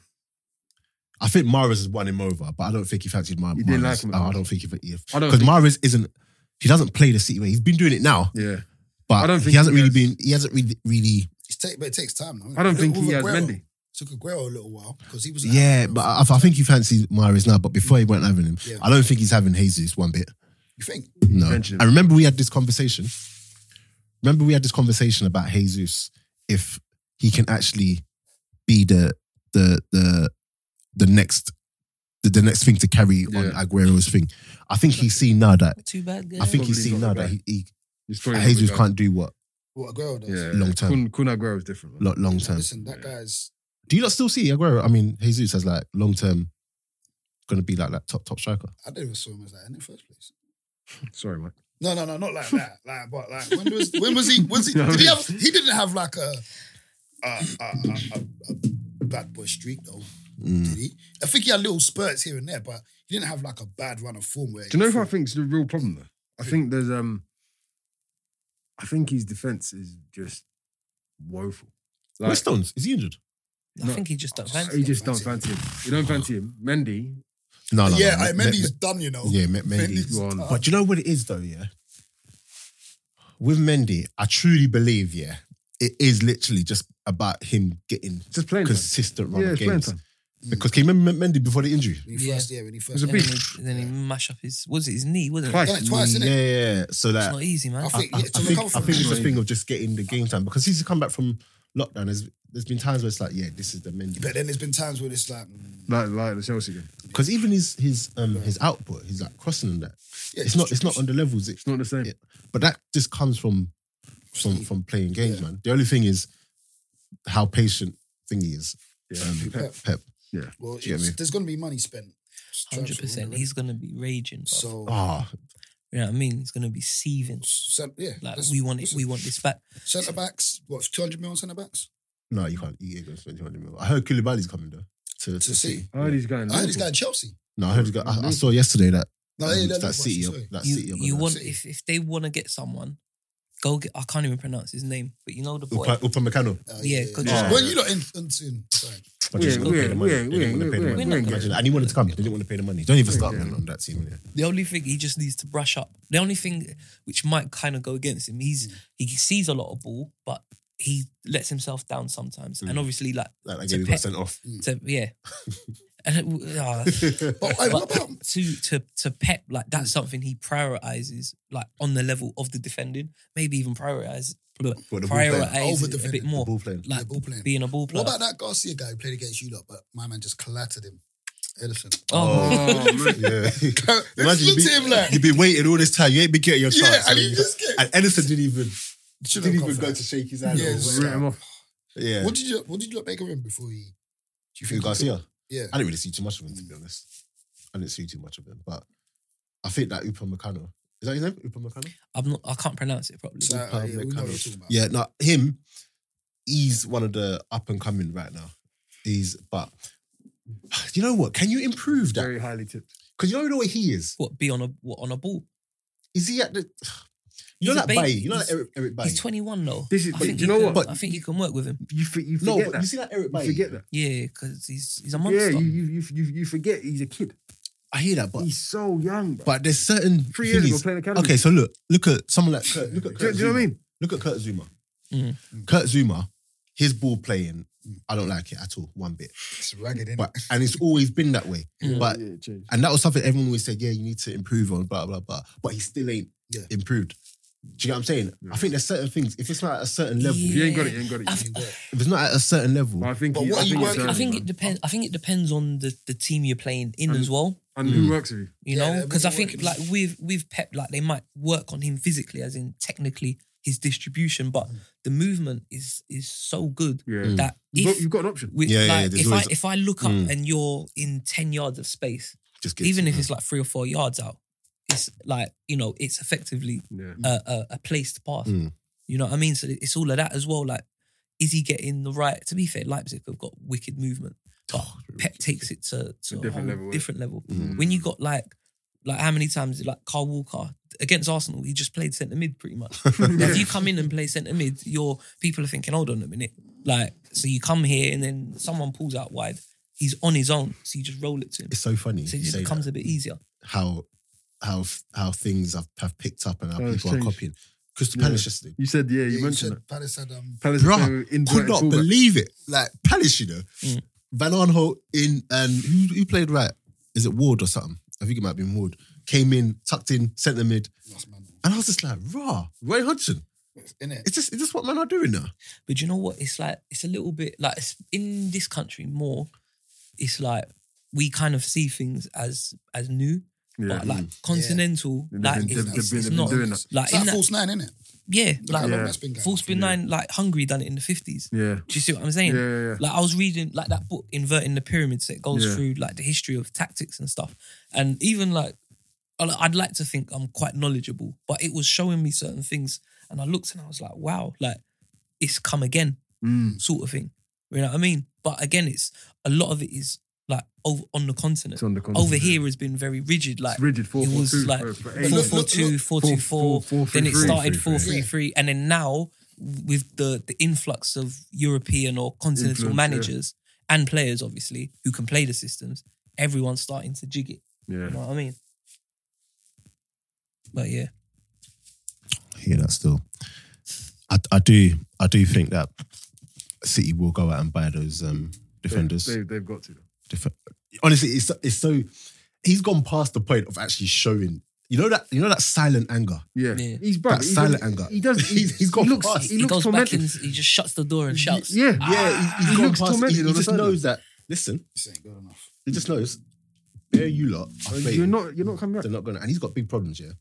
S3: I think Mares has won him over, but I don't think he fancied Mar-
S4: He didn't
S3: Mahrez.
S4: like him at
S3: I, I
S4: all.
S3: don't think he because
S4: I don't. Think,
S3: Mares isn't he doesn't play the city way. He's been doing it now,
S4: yeah,
S3: but
S4: I don't
S3: he
S4: think
S3: hasn't
S4: he
S3: really
S4: has-
S3: been he hasn't really really
S2: It's take, but it takes time. Though,
S4: I don't
S2: Look,
S4: think
S2: with
S4: he has
S2: Aguero,
S4: Mendy.
S2: Took Aguero a little while because he was out
S3: Yeah,
S2: for-
S3: but I, I think he fancies Mares now, but before he weren't having him.
S2: Yeah.
S3: I don't think he's having Jesus one bit.
S2: you think
S3: No.
S4: Mention it.
S3: I remember we had this conversation. Remember we had this conversation about Jesus if he can actually be the the the the next the, the next thing to carry on
S4: Yeah.
S3: Aguero's thing. I think he's seen now that
S1: Not too bad, guys.
S3: I think he's
S4: Probably
S3: seen
S4: not
S3: now
S4: the
S3: that he, he
S4: He's throwing it
S3: Jesus
S4: back.
S3: can't do what
S2: what Aguero does?
S4: Yeah,
S3: long term.
S4: Kun, Kun Aguero is different. man.
S3: lo- long term.
S2: Listen, that guy's
S3: Do you not still see Aguero? I mean, Jesus has like long term going to be like that top top striker.
S2: I didn't even saw him as that in the first place.
S4: Sorry, mate.
S2: No, no, no, not like that. Like, but like, when was when was he? Was he? Did he have? He didn't have like a a, a, a, a, a bad boy streak though, did he? I think he had little spurts here and there, but he didn't have like a bad run of form. Where
S4: Do you know
S2: he
S4: who I
S2: thought-
S4: think is the real problem though? I think there's um I think his defense is just woeful. Like,
S3: Where's Stones? Is he injured?
S1: I
S4: No.
S1: think he just don't fancy.
S4: you just don't fancy him. You don't fancy him. Mendy,
S3: No, no.
S2: Yeah,
S3: no.
S2: I,
S3: Me-
S2: Mendy's
S3: Me-
S2: done. You know.
S3: yeah, Me- Mendy.
S2: Mendy's
S4: Go on.
S2: done.
S3: But do you know what it is though, yeah? With Mendy, I truly believe, yeah, it is literally just about him getting
S4: just playing time.
S3: consistent run
S4: Yeah,
S3: of
S4: it's playing
S3: games.
S4: time.
S3: Because can you remember Mendy before the injury?
S2: When he
S1: Yeah.
S2: first, yeah, when he first.
S4: was a
S1: And then he, then he mash up his was it his knee? Wasn't it?
S4: Twice.
S2: Done it twice,
S3: yeah,
S2: innit?
S3: yeah, yeah. So
S1: It's
S3: that
S1: not easy, man.
S2: I think,
S3: I, I
S2: yeah, to
S3: think,
S2: recover
S3: I
S2: from
S3: think
S2: it.
S3: it's a thing of just getting the game time because he's come back from lockdown. There's there's been times where it's like, yeah, this is the Mendy.
S2: But then there's been times where it's like, mm,
S4: Like like the Chelsea game.
S3: Because even his his um his output, he's like crossing and that.
S2: yeah,
S3: It's not it's not on the levels. It,
S4: It's not the same.
S3: Yeah. But that just comes from from from playing games, man. The only thing is how patient thing he is.
S4: Yeah.
S3: Um, Pep, Pep.
S2: Well,
S3: Do you get
S2: it's-
S3: me?
S2: there's going to be money spent. It's
S1: Hundred
S2: transfer
S1: percent.
S2: window,
S1: He's gonna be raging.
S2: innit? so,
S1: bruv.
S3: Ah,
S1: you know what I mean? He's gonna be seething.
S2: so yeah,
S1: Like
S2: that's-
S1: we want it.
S2: listen,
S1: We want this back.
S2: Centre backs, what, 200 million centre backs?
S3: no, you can't. You ain't gonna spend 200 mil. I heard Koulibaly's coming though. To, to,
S2: City.
S3: City.
S4: I heard he's going.
S2: I heard this guy
S4: Liverpool.
S2: in Chelsea.
S3: No, I heard. He's got, I, I saw yesterday that
S2: No,
S3: um,
S2: yeah,
S3: that
S2: Liverpool,
S3: City.
S2: sorry.
S3: That
S1: You,
S3: City. up
S1: you
S3: and
S1: want
S2: City.
S1: if, if they want to get someone, go get. I can't even pronounce his name, but you know the
S3: that.
S1: boy.
S3: Upa- Upamecano.
S2: Uh,
S1: Yeah, good
S4: job.
S2: Well, you lot in, in soon. Sorry.
S3: But they just
S4: Yeah,
S3: couldn't pay
S4: yeah,
S3: the money.
S4: yeah,
S3: They didn't
S4: yeah,
S3: wanna pay the
S4: yeah,
S3: money.
S1: we're not
S3: Imagine
S1: gonna-
S3: that. And he wanted to come. They didn't want to pay the money. Don't even start
S4: Yeah.
S3: man, on that team. Yeah.
S1: The only thing he just needs to brush up. The only thing which might kind of go against him. He's
S2: Mm.
S1: he sees a lot of ball, but he lets himself down sometimes.
S2: Mm.
S1: And obviously, like
S3: Like that
S1: It's
S3: game,
S1: a
S3: he got
S1: pet.
S3: sent off.
S1: to yeah. and it, uh,
S2: But hey, what about
S1: but to to to Pep, like
S2: Mm.
S1: that's something he prioritizes, like on the level of the defending, maybe even prioritize
S3: But the ball
S2: player, over
S1: prioritize a
S2: defending,
S1: bit
S2: the
S1: more,
S3: Ball playing.
S1: like
S2: the ball player.
S1: being a ball player.
S2: What about that Garcia guy who played against you lot, but my man just clattered him? Edison.
S1: oh,
S4: Oh, man.
S3: Yeah.
S2: Let's
S3: Imagine
S2: look
S3: be-
S2: at him like,
S3: You've been waiting all this time. You ain't been getting your chance.
S2: yeah, and he
S3: man.
S2: just get.
S3: And Edison didn't even
S2: Shouldn't
S3: didn't
S2: have
S3: even
S2: come
S3: go
S2: for
S3: to shake his hand.
S2: Yeah,
S3: or
S2: it's-
S3: whatever.
S4: Written him off.
S3: yeah.
S2: that. What did you What did you lot make of him before he?
S3: do you think, Garcia?
S2: Yeah.
S3: I didn't really see too much of him to be honest. I didn't see too much of him, but I think that Upamecano. Is that his name? Upamecano?
S1: I'm not. I can't pronounce it properly.
S2: So, uh, yeah, we know what you're
S3: Upamecano.
S2: talking about.
S3: Yeah, no, him, he's one of the up and coming right now. He's but you know what? Can you improve that?
S4: Very highly tipped.
S3: Because you don't know where he is.
S1: What be on a what on a ball?
S3: Is he at the
S1: He's
S3: You know
S1: a
S3: that
S1: baby.
S3: Bay, you know
S1: He's-
S3: that Eric Eric Bay.
S1: He's 21 though.
S4: This is-
S1: I
S4: but
S1: think
S4: do you
S1: he
S4: know
S1: can-
S3: what?
S1: I think you can work with him.
S4: You, for, you
S3: No,
S4: forget
S3: but
S4: that.
S3: you see that Eric Bay.
S4: you forget that.
S1: Yeah, because he's he's a
S4: Yeah,
S1: monster.
S4: you, you, you, you, you forget he's a kid.
S3: I hear that, but
S4: he's so young. Bro.
S3: but there's certain
S4: Three years ago
S3: thingies.
S4: playing academy.
S3: Okay, so look, look at someone like Kurt, look at
S4: do,
S3: Kurt
S4: do you know what I
S3: Zouma.
S4: mean?
S3: Look at Kurt Zuma.
S1: Mm.
S3: Kurt Zuma, his ball playing, I don't like it at all, one bit.
S2: It's ragged, innit?
S3: But and it's always been that way.
S1: Mm.
S3: But
S4: yeah, change.
S3: and that was something everyone always said, yeah, you need to improve on, blah blah blah. But he still ain't
S2: Yeah.
S3: improved. Do you get what I'm saying? I think there's certain things. If it's not at a certain level,
S1: Yeah.
S4: You ain't got it. You ain't got it.
S1: I've-
S3: if it's not at a certain level,
S4: But I think.
S2: But
S4: he-
S2: what
S4: I
S2: are you
S4: think uh, he's
S2: working-
S4: early,
S1: I think
S4: man.
S1: it depends. I think it depends on the, the team you're playing in
S4: And-
S1: as well.
S4: And who
S3: Mm.
S4: works with you?
S2: Yeah,
S1: You know,
S2: they're
S1: because I
S2: really
S1: think
S2: working.
S1: like with with Pep, like they might work on him physically, as in technically his distribution, but the movement is is so good
S4: Yeah.
S1: that
S4: You've got-
S1: if
S4: you've got an option.
S1: with,
S3: Yeah, yeah,
S1: like,
S3: there's
S1: if
S3: always-
S1: I if I look up
S3: Mm.
S1: and you're in ten yards of space,
S3: just get
S1: even
S3: to
S1: if
S3: that.
S1: it's like three or four yards out, it's like you know it's effectively
S4: Yeah.
S1: a, a, a placed pass.
S3: Mm.
S1: You know what I mean? So it's all of that as well. Like, is he getting the right? To be fair, Leipzig have got wicked movement. But Pep takes it to, to a
S4: different
S1: different
S4: level,
S1: level.
S4: innit?
S1: Different level.
S3: Oh, Mm.
S1: When you got like, like how many times like Carl Walker against Arsenal, he just played centre mid pretty much. Now, if you come in and play centre mid, your people are thinking, hold on a minute. Like, so you come here and then someone pulls out wide. He's on his own, so you just roll it to him.
S3: it's so funny.
S1: So it
S3: you
S1: just
S3: say
S1: becomes
S3: that.
S1: a
S4: Mm.
S1: bit easier.
S3: how how how things have, have picked up and how
S4: Oh, it's
S3: people are
S4: changed.
S3: copying. Crystal
S4: Yeah.
S3: Palace yesterday.
S4: You said, yeah,
S2: Yeah,
S4: you
S2: you
S4: mentioned that.
S2: said Palace had um,
S4: Palace
S3: Bruh,
S4: player inverted
S3: could not
S4: fullback.
S3: believe it. Like Palace, you know,
S1: Mm.
S3: Van Aanholt in and who, who played right? Is it Ward or something? I think it might have been Ward. Came in, tucked in, centre mid,
S2: last man,
S3: and I was just like, "Raw, Ray Hudson.
S2: innit?
S3: Is this is this what men are doing now?"
S1: But you know what? It's like it's a little bit like it's in this country more. It's like we kind of see things as as new,
S4: Yeah. Mm.
S1: but like continental,
S4: They've
S1: like
S4: been-
S1: it's,
S4: they've
S1: it's,
S4: been-
S1: it's
S4: they've been
S1: not
S4: doing that.
S1: like
S2: It's
S1: in
S2: like
S1: that-
S2: false nine, innit?
S1: yeah,
S2: Look how
S1: like
S2: long
S4: Yeah.
S2: that's been going.
S1: full spin
S4: Yeah.
S1: nine, like Hungary done it in the fifties.
S4: Yeah.
S1: Do you see what I'm
S4: Yeah,
S1: saying?
S4: yeah, yeah.
S1: Like I was reading like that book, Inverting the Pyramids, that goes
S4: Yeah.
S1: through like the history of tactics and stuff. And even like I- I'd like to think I'm quite knowledgeable, but it was showing me certain things. And I looked and I was like, wow, like it's come again
S4: Mm.
S1: sort of thing. You know what I mean? But again, it's a lot of it is like over on the continent.
S4: It's on the continent.
S1: Over here has been very rigid, like
S4: It's rigid. 4
S1: it was
S4: 4-2,
S1: like
S4: for- for
S2: But look,
S1: four
S4: ages.
S1: four
S2: look,
S1: two,
S2: look.
S1: four two four.
S4: Four- four- four,
S1: Then it
S4: three,
S1: started
S4: three,
S1: four three
S2: three.
S1: three, and then now with the the influx of European or continental
S4: Influence, yeah.
S1: managers and players, obviously, who can play the systems, everyone's starting to jig it. You know
S4: Yeah.
S1: what I mean? But yeah,
S3: hear that still. I, I do I do think that City will go out and buy those um, defenders.
S4: They, they've got to.
S3: Defe- Honestly, it's it's so he's gone past the point of actually showing. You know that you know that silent anger.
S4: Yeah.
S1: Yeah.
S4: He's bro,
S3: That
S4: he's
S3: silent
S4: got-
S3: anger.
S4: He does. He,
S3: He's- he's gone
S4: he looks,
S3: past.
S4: he
S1: he,
S4: looks
S1: goes back
S4: tormented.
S1: and he just shuts the door and shouts.
S4: Yeah.
S3: Yeah, Ah, he,
S4: he
S3: he's gone
S4: looks
S3: past. He,
S4: tormented
S3: he
S4: on the
S3: just
S4: sideline.
S3: knows that. Listen,
S2: This ain't good enough.
S3: he just knows. Bear you lot. are
S4: You're
S3: failing.
S4: not. You're not coming back.
S3: They're not gonna. And he's got big problems. Yeah,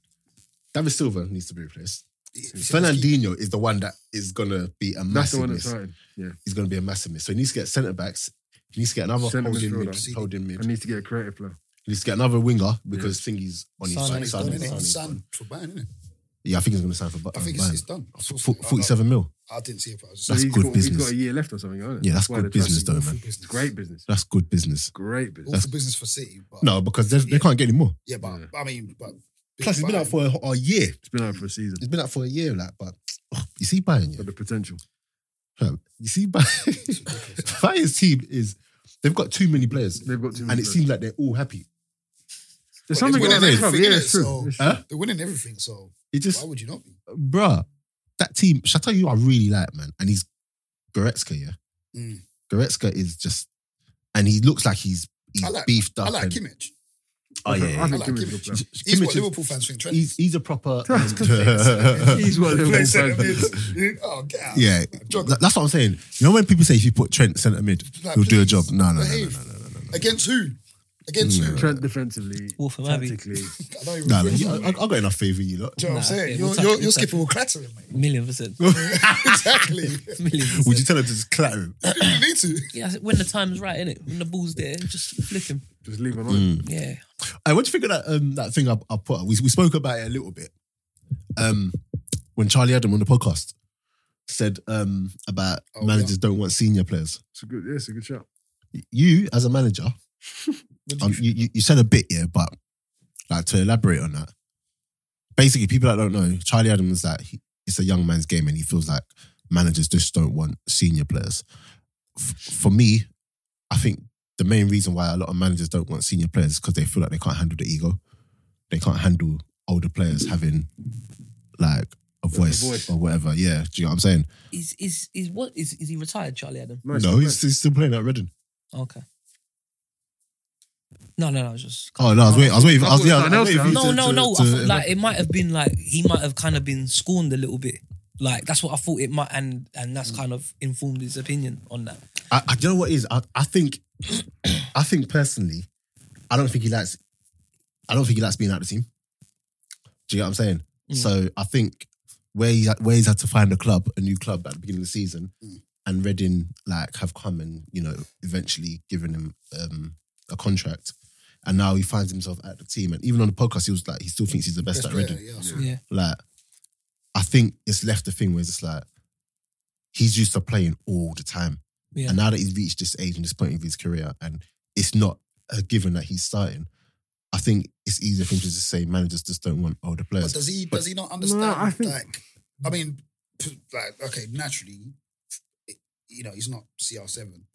S3: David Silva needs to be replaced.
S2: It's-
S3: Fernandinho is the one that is gonna be a
S4: That's the
S3: massive
S4: one that's
S3: miss.
S4: started. Yeah.
S3: He's gonna be a massive miss. So he needs to get centre backs. He needs to get another
S4: Centre
S3: holding mid,
S4: midfielder.
S3: holding
S4: I
S3: mid.
S4: need to get a creative player.
S3: He needs to get another winger because thingy's on his
S1: Son
S3: side.
S1: is
S2: It's done,
S3: Son is-
S2: innit?
S3: Son
S2: It's
S3: is
S2: done
S3: gone.
S2: for Bayern, innit?
S3: Yeah, I think he's gonna sign for.
S2: I think
S3: Bayern.
S2: it's, it's done. I saw-
S3: Fo-
S2: I- I-
S3: 47 mil.
S2: I didn't see it, but I was
S4: So
S3: That's
S4: he's
S3: good
S4: got, He's
S3: business.
S4: got a year left or something. Isn't it?
S3: Yeah, that's
S4: Why
S3: good
S4: they're trying to-
S3: business, though, man.
S4: It's great business.
S3: That's good business.
S4: Great business.
S2: Awful business for City, but
S3: No, because they they can't get any more.
S2: yeah, but I mean, but
S3: Plus, it's been
S2: Bayern-
S3: out for a, a year.
S4: It's been out for a season.
S3: It's been out for a year, like, but oh, you see Bayern, yeah?
S4: But the potential.
S3: Fam, You see Bayern, Bayern's team is, they've got too many players.
S4: They've got two.
S3: And it seems like they're all happy.
S4: there's
S2: Well,
S4: something
S2: it's
S4: going
S2: winning
S4: on.
S2: everything,
S4: Yeah,
S2: innit?
S4: it's true.
S2: So-
S4: It's true.
S3: Huh?
S2: they're winning everything. So
S3: It
S2: why
S3: just,
S2: would you not be?
S3: bruh, that team, shall I tell you who I really like, man? And he's Goretzka, yeah?
S2: Mm.
S3: Goretzka is just, and he looks like he's he's
S2: I like-
S3: beefed up.
S2: I like
S3: and,
S2: Kimmich.
S3: Oh, yeah. yeah.
S4: I think
S2: I like
S4: Kimmich is a
S2: Kimmich.
S4: good player.
S2: He's
S3: Kimmich
S2: what
S3: is-
S2: Liverpool fans think. Trent
S3: He's,
S2: is.
S3: he's a proper.
S4: That's He's what Liverpool
S2: Playing
S4: fans
S2: centre
S4: think.
S2: mid. Oh, get out.
S3: Yeah,
S2: Jog-
S3: tha- that's what I'm saying. You know when people say if you put Trent centre mid,
S2: Like,
S3: he'll do a
S2: please,
S3: job. No, no, no, no,
S2: behave.
S3: no, no, no, Mm. no.
S2: Against who? Against who?
S4: Trent defensively,
S1: Wolfram Abbey.
S4: tactically.
S2: I don't even
S3: No, no,
S2: remember.
S3: you- I, I got enough favour you lot.
S2: Do you know what I'm
S1: Nah,
S2: saying?
S1: yeah,
S2: you're
S1: we'll touch
S2: you're,
S1: it,
S2: you're
S1: we'll touch
S2: skipping all clattering, mate.
S1: Million percent.
S2: exactly.
S1: Million percent.
S3: Would you tell him to just clatter him?
S2: you need to.
S1: yeah, I said, when the time's right, innit? When the ball's there, just flick him.
S2: Mm.
S4: Just leave it on.
S1: Yeah.
S3: Hey, what do you think of that um, that thing I, I put? We, we spoke about it a little bit. Um, when Charlie Adam on the podcast said um, about
S2: Oh,
S3: managers don't want senior players.
S4: It's a good, yeah, it's a good shot.
S3: You as a manager,
S2: What do
S3: um,
S2: you
S3: you, you, you said a bit, yeah, but like to elaborate on that. Basically, people that don't know, Charlie Adam was that he, it's a young man's game, and he feels like managers just don't want senior players. F- for me, I think the main reason why a lot of managers don't want senior players is because they feel like they can't handle the ego. They can't handle older players having like a voice,
S4: voice.
S3: or whatever. Yeah, do you know what I'm saying?
S1: Is is is what is is he retired, Charlie Adam?
S4: Nice,
S3: no,
S4: nice.
S3: he's, he's still playing at Reading.
S1: Okay. No, no, no. I was just
S3: Oh no, I was waiting. I was waiting. For, I was, yeah, I
S4: I thought it was
S3: was waiting for
S4: something
S3: you
S1: no,
S3: to-
S1: no,
S3: to-
S1: no.
S3: to-
S1: I thought, like it might have been like he might have kind of been scorned a little bit. Like that's what I thought it might, and and that's kind of informed his opinion on that.
S3: I, I don't know what it is. I, I think, I think personally, I don't think he likes. I don't think he likes being out the team. Do you get what I'm saying?
S1: Mm.
S3: So I think where he where he's had to find a club, a new club at the beginning of the season,
S2: Mm.
S3: and Reading like have come and you know eventually given him um, a contract, and now he finds himself at the team. And even on the podcast, he was like he still thinks he's the best,
S2: best
S3: at Reading.
S2: player, yeah, so-
S1: Yeah,
S3: Like, I think it's left the thing where it's just like he's used to playing all the time,
S1: Yeah.
S3: and now that he's reached this age and this point of his career, and it's not a given that he's starting. I think it's easier for him to just say managers just don't want older
S2: But
S3: players.
S2: does he
S3: But-
S2: does he not understand?
S4: I think-
S2: like, I mean, p- like, okay, naturally, it- you know, he's not CR seven.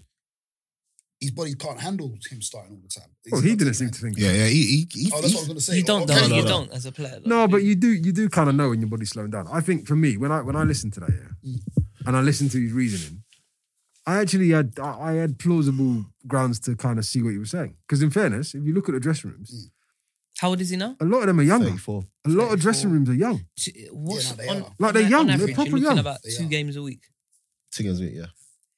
S2: His body can't handle him starting all the time.
S4: Well, he didn't seem to think.
S3: yeah, yeah, he, he, he-
S2: Oh, that's
S3: he-
S2: what I was gonna say.
S1: you don't,
S2: Okay,
S1: though,
S3: no,
S1: you
S3: no.
S1: don't as a player. though.
S4: No, but you do you do kind of know when your body's slowing down. I think for me, when I when I listened to that, yeah, and I listened to his reasoning, I actually had I I had plausible grounds to kind of see what he was saying. Because in fairness, if you look at the dressing rooms,
S1: How old is he now?
S4: a lot of them are younger.
S3: 34.
S4: A lot of dressing
S2: 34.
S4: rooms are young.
S1: T- What's
S2: Yeah, no, they
S1: on,
S2: are.
S4: Like, they're
S1: on
S4: young, they're
S1: average,
S4: proper
S1: you're looking
S4: young.
S1: about
S2: They
S1: two
S2: are.
S1: games a week.
S3: Two games a week, yeah.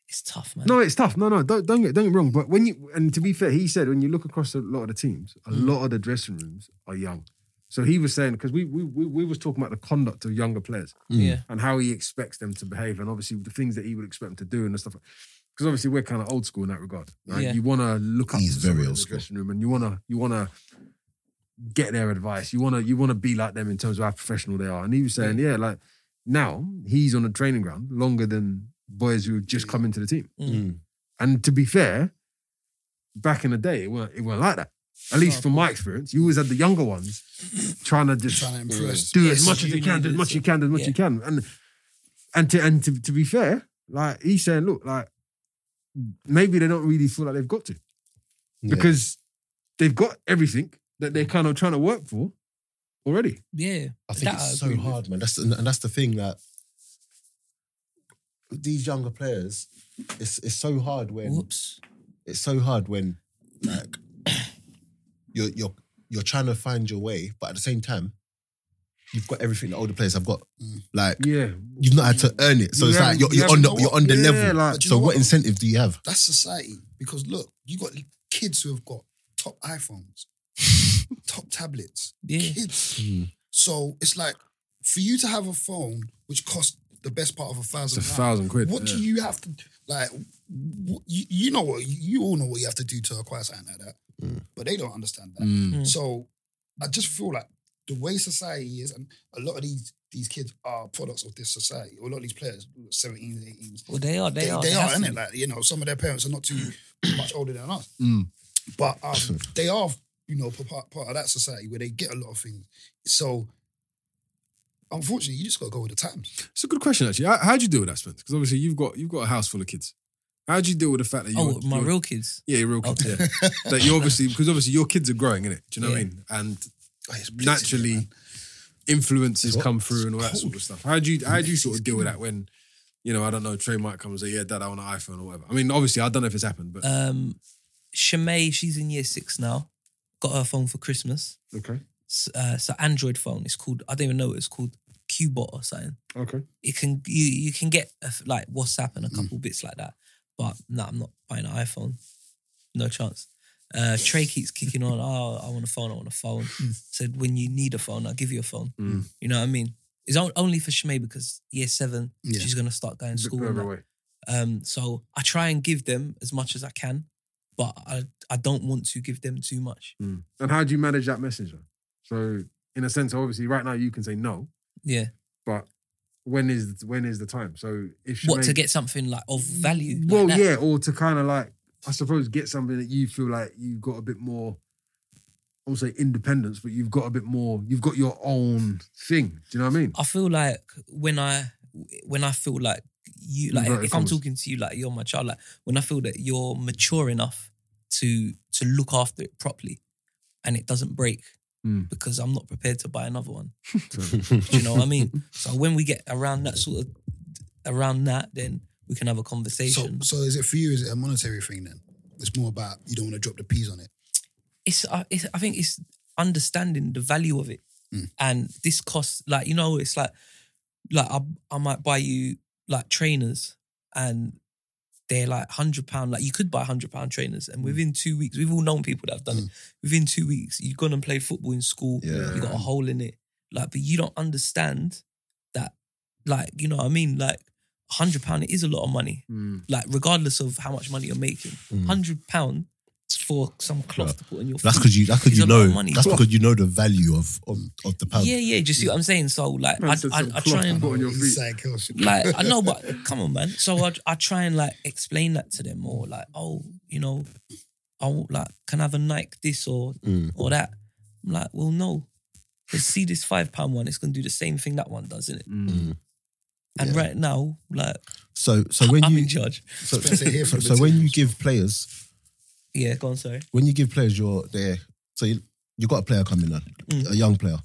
S1: It's tough, man.
S4: No, it's tough. No, no, don't don't get don't get wrong. But when you and to be fair, he said when you look across a lot of the teams, a lot of the dressing rooms are young. So he was saying because we, we we we was talking about the conduct of younger players.
S1: yeah,
S4: and how he expects them to behave, and obviously the things that he would expect them to do and the stuff. Because obviously we're kind of old school in that regard. Right?
S1: Yeah.
S4: You want to look up.
S3: He's
S4: to
S3: very
S4: someone in
S3: old
S4: the
S3: school.
S4: dressing room, and you want to you want to get their advice. You want to you want to be like them in terms of how professional they are. And he was saying, yeah, like now he's on a training ground longer than boys who have just come into the team.
S2: Hmm.
S3: Mm.
S4: And to be fair, back in the day, it weren't it weren't like that. At least from my experience, you always had the younger ones trying to just
S2: trying to impress.
S4: do
S1: Yes,
S4: as much as
S1: you
S4: you can,
S1: need
S4: do as
S1: it,
S4: much as
S1: so-
S4: you can, do as much as you can. And and to and to, to be fair, like he's saying, look, like maybe they don't really feel like they've got to.
S3: Yeah.
S4: Because they've got everything that they're kind of trying to work for already.
S1: yeah.
S3: I think
S1: That I
S3: it's so
S1: agree with.
S3: hard, man. That's and and that's the thing that these younger players, it's it's so hard when
S1: Whoops.
S3: it's so hard when like you're you're you're trying to find your way, but at the same time, you've got everything the older players have got.
S2: Mm.
S3: Like
S4: Yeah.
S3: you've not had to earn it, so
S4: You
S3: it's like
S4: haven't-
S3: you're,
S4: you
S3: you're on the
S2: haven't-
S3: you're on the
S4: yeah,
S3: level.
S4: like-
S2: But you
S3: so
S2: know
S3: what?
S2: what?
S3: incentive do you have?
S2: That's society. Because look, you got kids who have got top iPhones, top tablets,
S1: Yeah.
S2: kids.
S4: Mm.
S2: So it's like for you to have a phone which costs the best part of a
S4: It's a
S2: thousand pounds.
S4: thousand quid.
S2: What
S4: yeah.
S2: do you have to like? wh- You, you know what you all know what you have to do to acquire something like that,
S3: Mm.
S2: but they don't understand that.
S3: Mm.
S1: Mm.
S2: So I just feel like the way society is, and a lot of these these kids are products of this society. Or a lot of these players, 17s, 18s,
S1: Well, they are. They, are.
S2: they are,
S1: have to
S2: isn't it?
S1: be.
S2: Like you know, some of their parents are not too much older than us,
S4: Mm.
S2: but um, they are, you know, p- part, part of that society where they get a lot of things. So, unfortunately, you just got to go with the times.
S5: It's a good question, actually. How, how do you deal with that, Spence? Because obviously you've got you've got a house full of kids. How do you deal with the fact that you?
S1: oh, my
S5: you're-
S1: real kids.
S5: yeah, your real kids. Yeah, that you obviously because obviously your kids are growing, innit? Do you know what I
S1: Yeah.
S5: mean? And
S2: Oh, it's blitzing,
S5: naturally,
S2: man.
S5: influences come through and all that
S2: cold.
S5: sort of stuff. How do you how do you sort of deal with that when? You know, I don't know. Trey might come and say, "Yeah, Dad, I want an iPhone or whatever." I mean, obviously, I don't know if it's happened, but
S1: Um, Shemay, she's in year six now. Got her phone for Christmas.
S4: Okay.
S1: S- uh, it's an Android phone. It's called. I don't even know. what It's called Qbot or something.
S4: Okay.
S1: It can you you can get a f like WhatsApp and a couple bits like that. But no, I'm not buying an iPhone. No chance. Uh, Trey keeps kicking on. Oh, I want a phone. I want a phone. Said when you need a phone, I'll give you a phone.
S4: Mm.
S1: You know what I mean? It's on- only for Shemay because year seven,
S2: Yeah.
S1: she's gonna start going to
S4: Bit
S1: school. and
S4: further
S1: that.
S4: away.
S1: Um, so I try and give them as much as I can, but I, I don't want to give them too much.
S4: Mm. And how do you manage that messenger? So, in a sense, obviously, right now you can say no,
S1: Yeah.
S4: but when is when is the time? So, if Shemaine,
S1: What to get something like of value? like
S4: well,
S1: that?
S4: yeah, or to kind of like, I suppose, get something that you feel like you've got a bit more. I won't say independence, but you've got a bit more. You've got your own thing. Do you know what I mean?
S1: I feel like when I when I feel like you like
S4: Inverted
S1: if I'm
S4: commas.
S1: talking to you like you're my child, like when I feel that you're mature enough to to look after it properly and it doesn't break
S4: Mm.
S1: because I'm not prepared to buy another one.
S4: So-
S1: Do you know what I mean? So when we get around that sort of around that, then we can have
S2: So,
S1: a conversation.
S2: so is it for you? Is it a monetary thing then? It's more about you don't want to drop the peas on it.
S1: it's, uh, it's I think it's understanding the value of it
S2: Mm.
S1: and this costs like you know it's like like I I might buy you like trainers and they're like hundred pound like you could buy hundred pound trainers and within two weeks we've all known people that have done it within two weeks you've gone and played football in school
S3: Yeah.
S1: you got a hole in it like but you don't understand that like you know what I mean like hundred pound it is a lot of money
S4: Mm.
S1: like regardless of how much money you're making
S3: Mm.
S1: hundred pound for some cloth
S3: Yeah.
S1: to put on your
S3: That's
S1: feet.
S3: because you. That's because
S1: It's
S3: you
S1: a lot
S3: know.
S1: of money.
S3: That's because you know the value of of, of the pound.
S1: Yeah, yeah. Do you see what I'm saying? So like,
S4: Man
S1: I,
S4: said
S1: I,
S4: some
S1: I
S4: cloth
S1: try and
S4: Put on your feet.
S2: Inside girl shit.
S1: like I know, but come on, man. So I, I try and like explain that to them, or like, oh, you know, I want, like can I have a Nike this or
S3: Mm.
S1: or that. I'm like, well, no. 'Cause see this five pound one, it's gonna do the same thing that one does, isn't it?
S4: Mm.
S1: And
S3: Yeah.
S1: right now, like
S3: So so when
S1: I'm
S3: you
S1: in charge.
S3: so,
S2: It's better here for
S3: so,
S2: the
S3: so when you
S2: materials.
S3: give players
S1: Yeah, go on, sorry.
S3: when you give players your their so you you got a player coming now,
S1: Mm.
S3: a young player.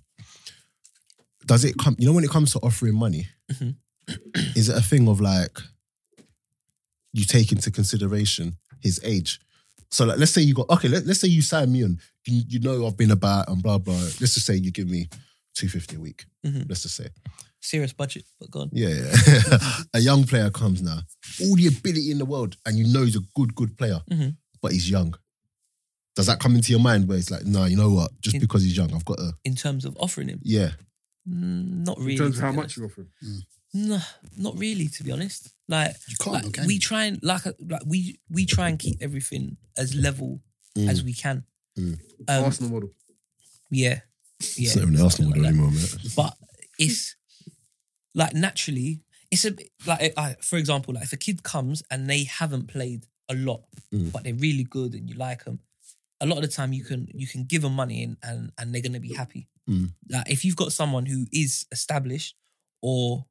S3: Does it come? You know when it comes to offering money,
S1: Mhm.
S3: is it a thing of like you take into consideration his age? So like, let's say you got okay. Let, let's say you sign me on. You, you know I've been about and blah blah. Let's just say you give me two fifty a week.
S1: Mhm.
S3: Let's just say.
S1: Serious budget, but go on.
S3: Yeah, yeah. a young player comes now, all the ability in the world, and you know he's a good, good player,
S1: Mhm.
S3: but he's young. Does that come into your mind where it's like, nah, you know what? Just
S1: In-
S3: because he's young, I've got to,
S1: In terms of offering him,
S3: yeah.
S1: Mm, not really.
S4: In terms of
S1: to
S4: how
S1: be
S4: much you offer. him.
S1: honest. No, not really. To be honest, like
S2: You can't,
S1: like,
S2: though, can
S1: we
S2: you?
S1: try and like uh, like we we try and keep everything as level
S3: Mm.
S1: as we can.
S3: Mm.
S1: Um,
S4: Arsenal model.
S1: yeah, yeah.
S3: It's not even the Arsenal
S1: Something
S3: model
S1: like
S3: anymore, man.
S1: that. But it's like naturally, it's a bit like I, for example, like if a kid comes and they haven't played a lot,
S3: Mm.
S1: but they're really good and you like them. A lot of the time, you can you can give them money and and, and they're gonna be happy.
S3: Mm.
S1: Like if you've got someone who is established or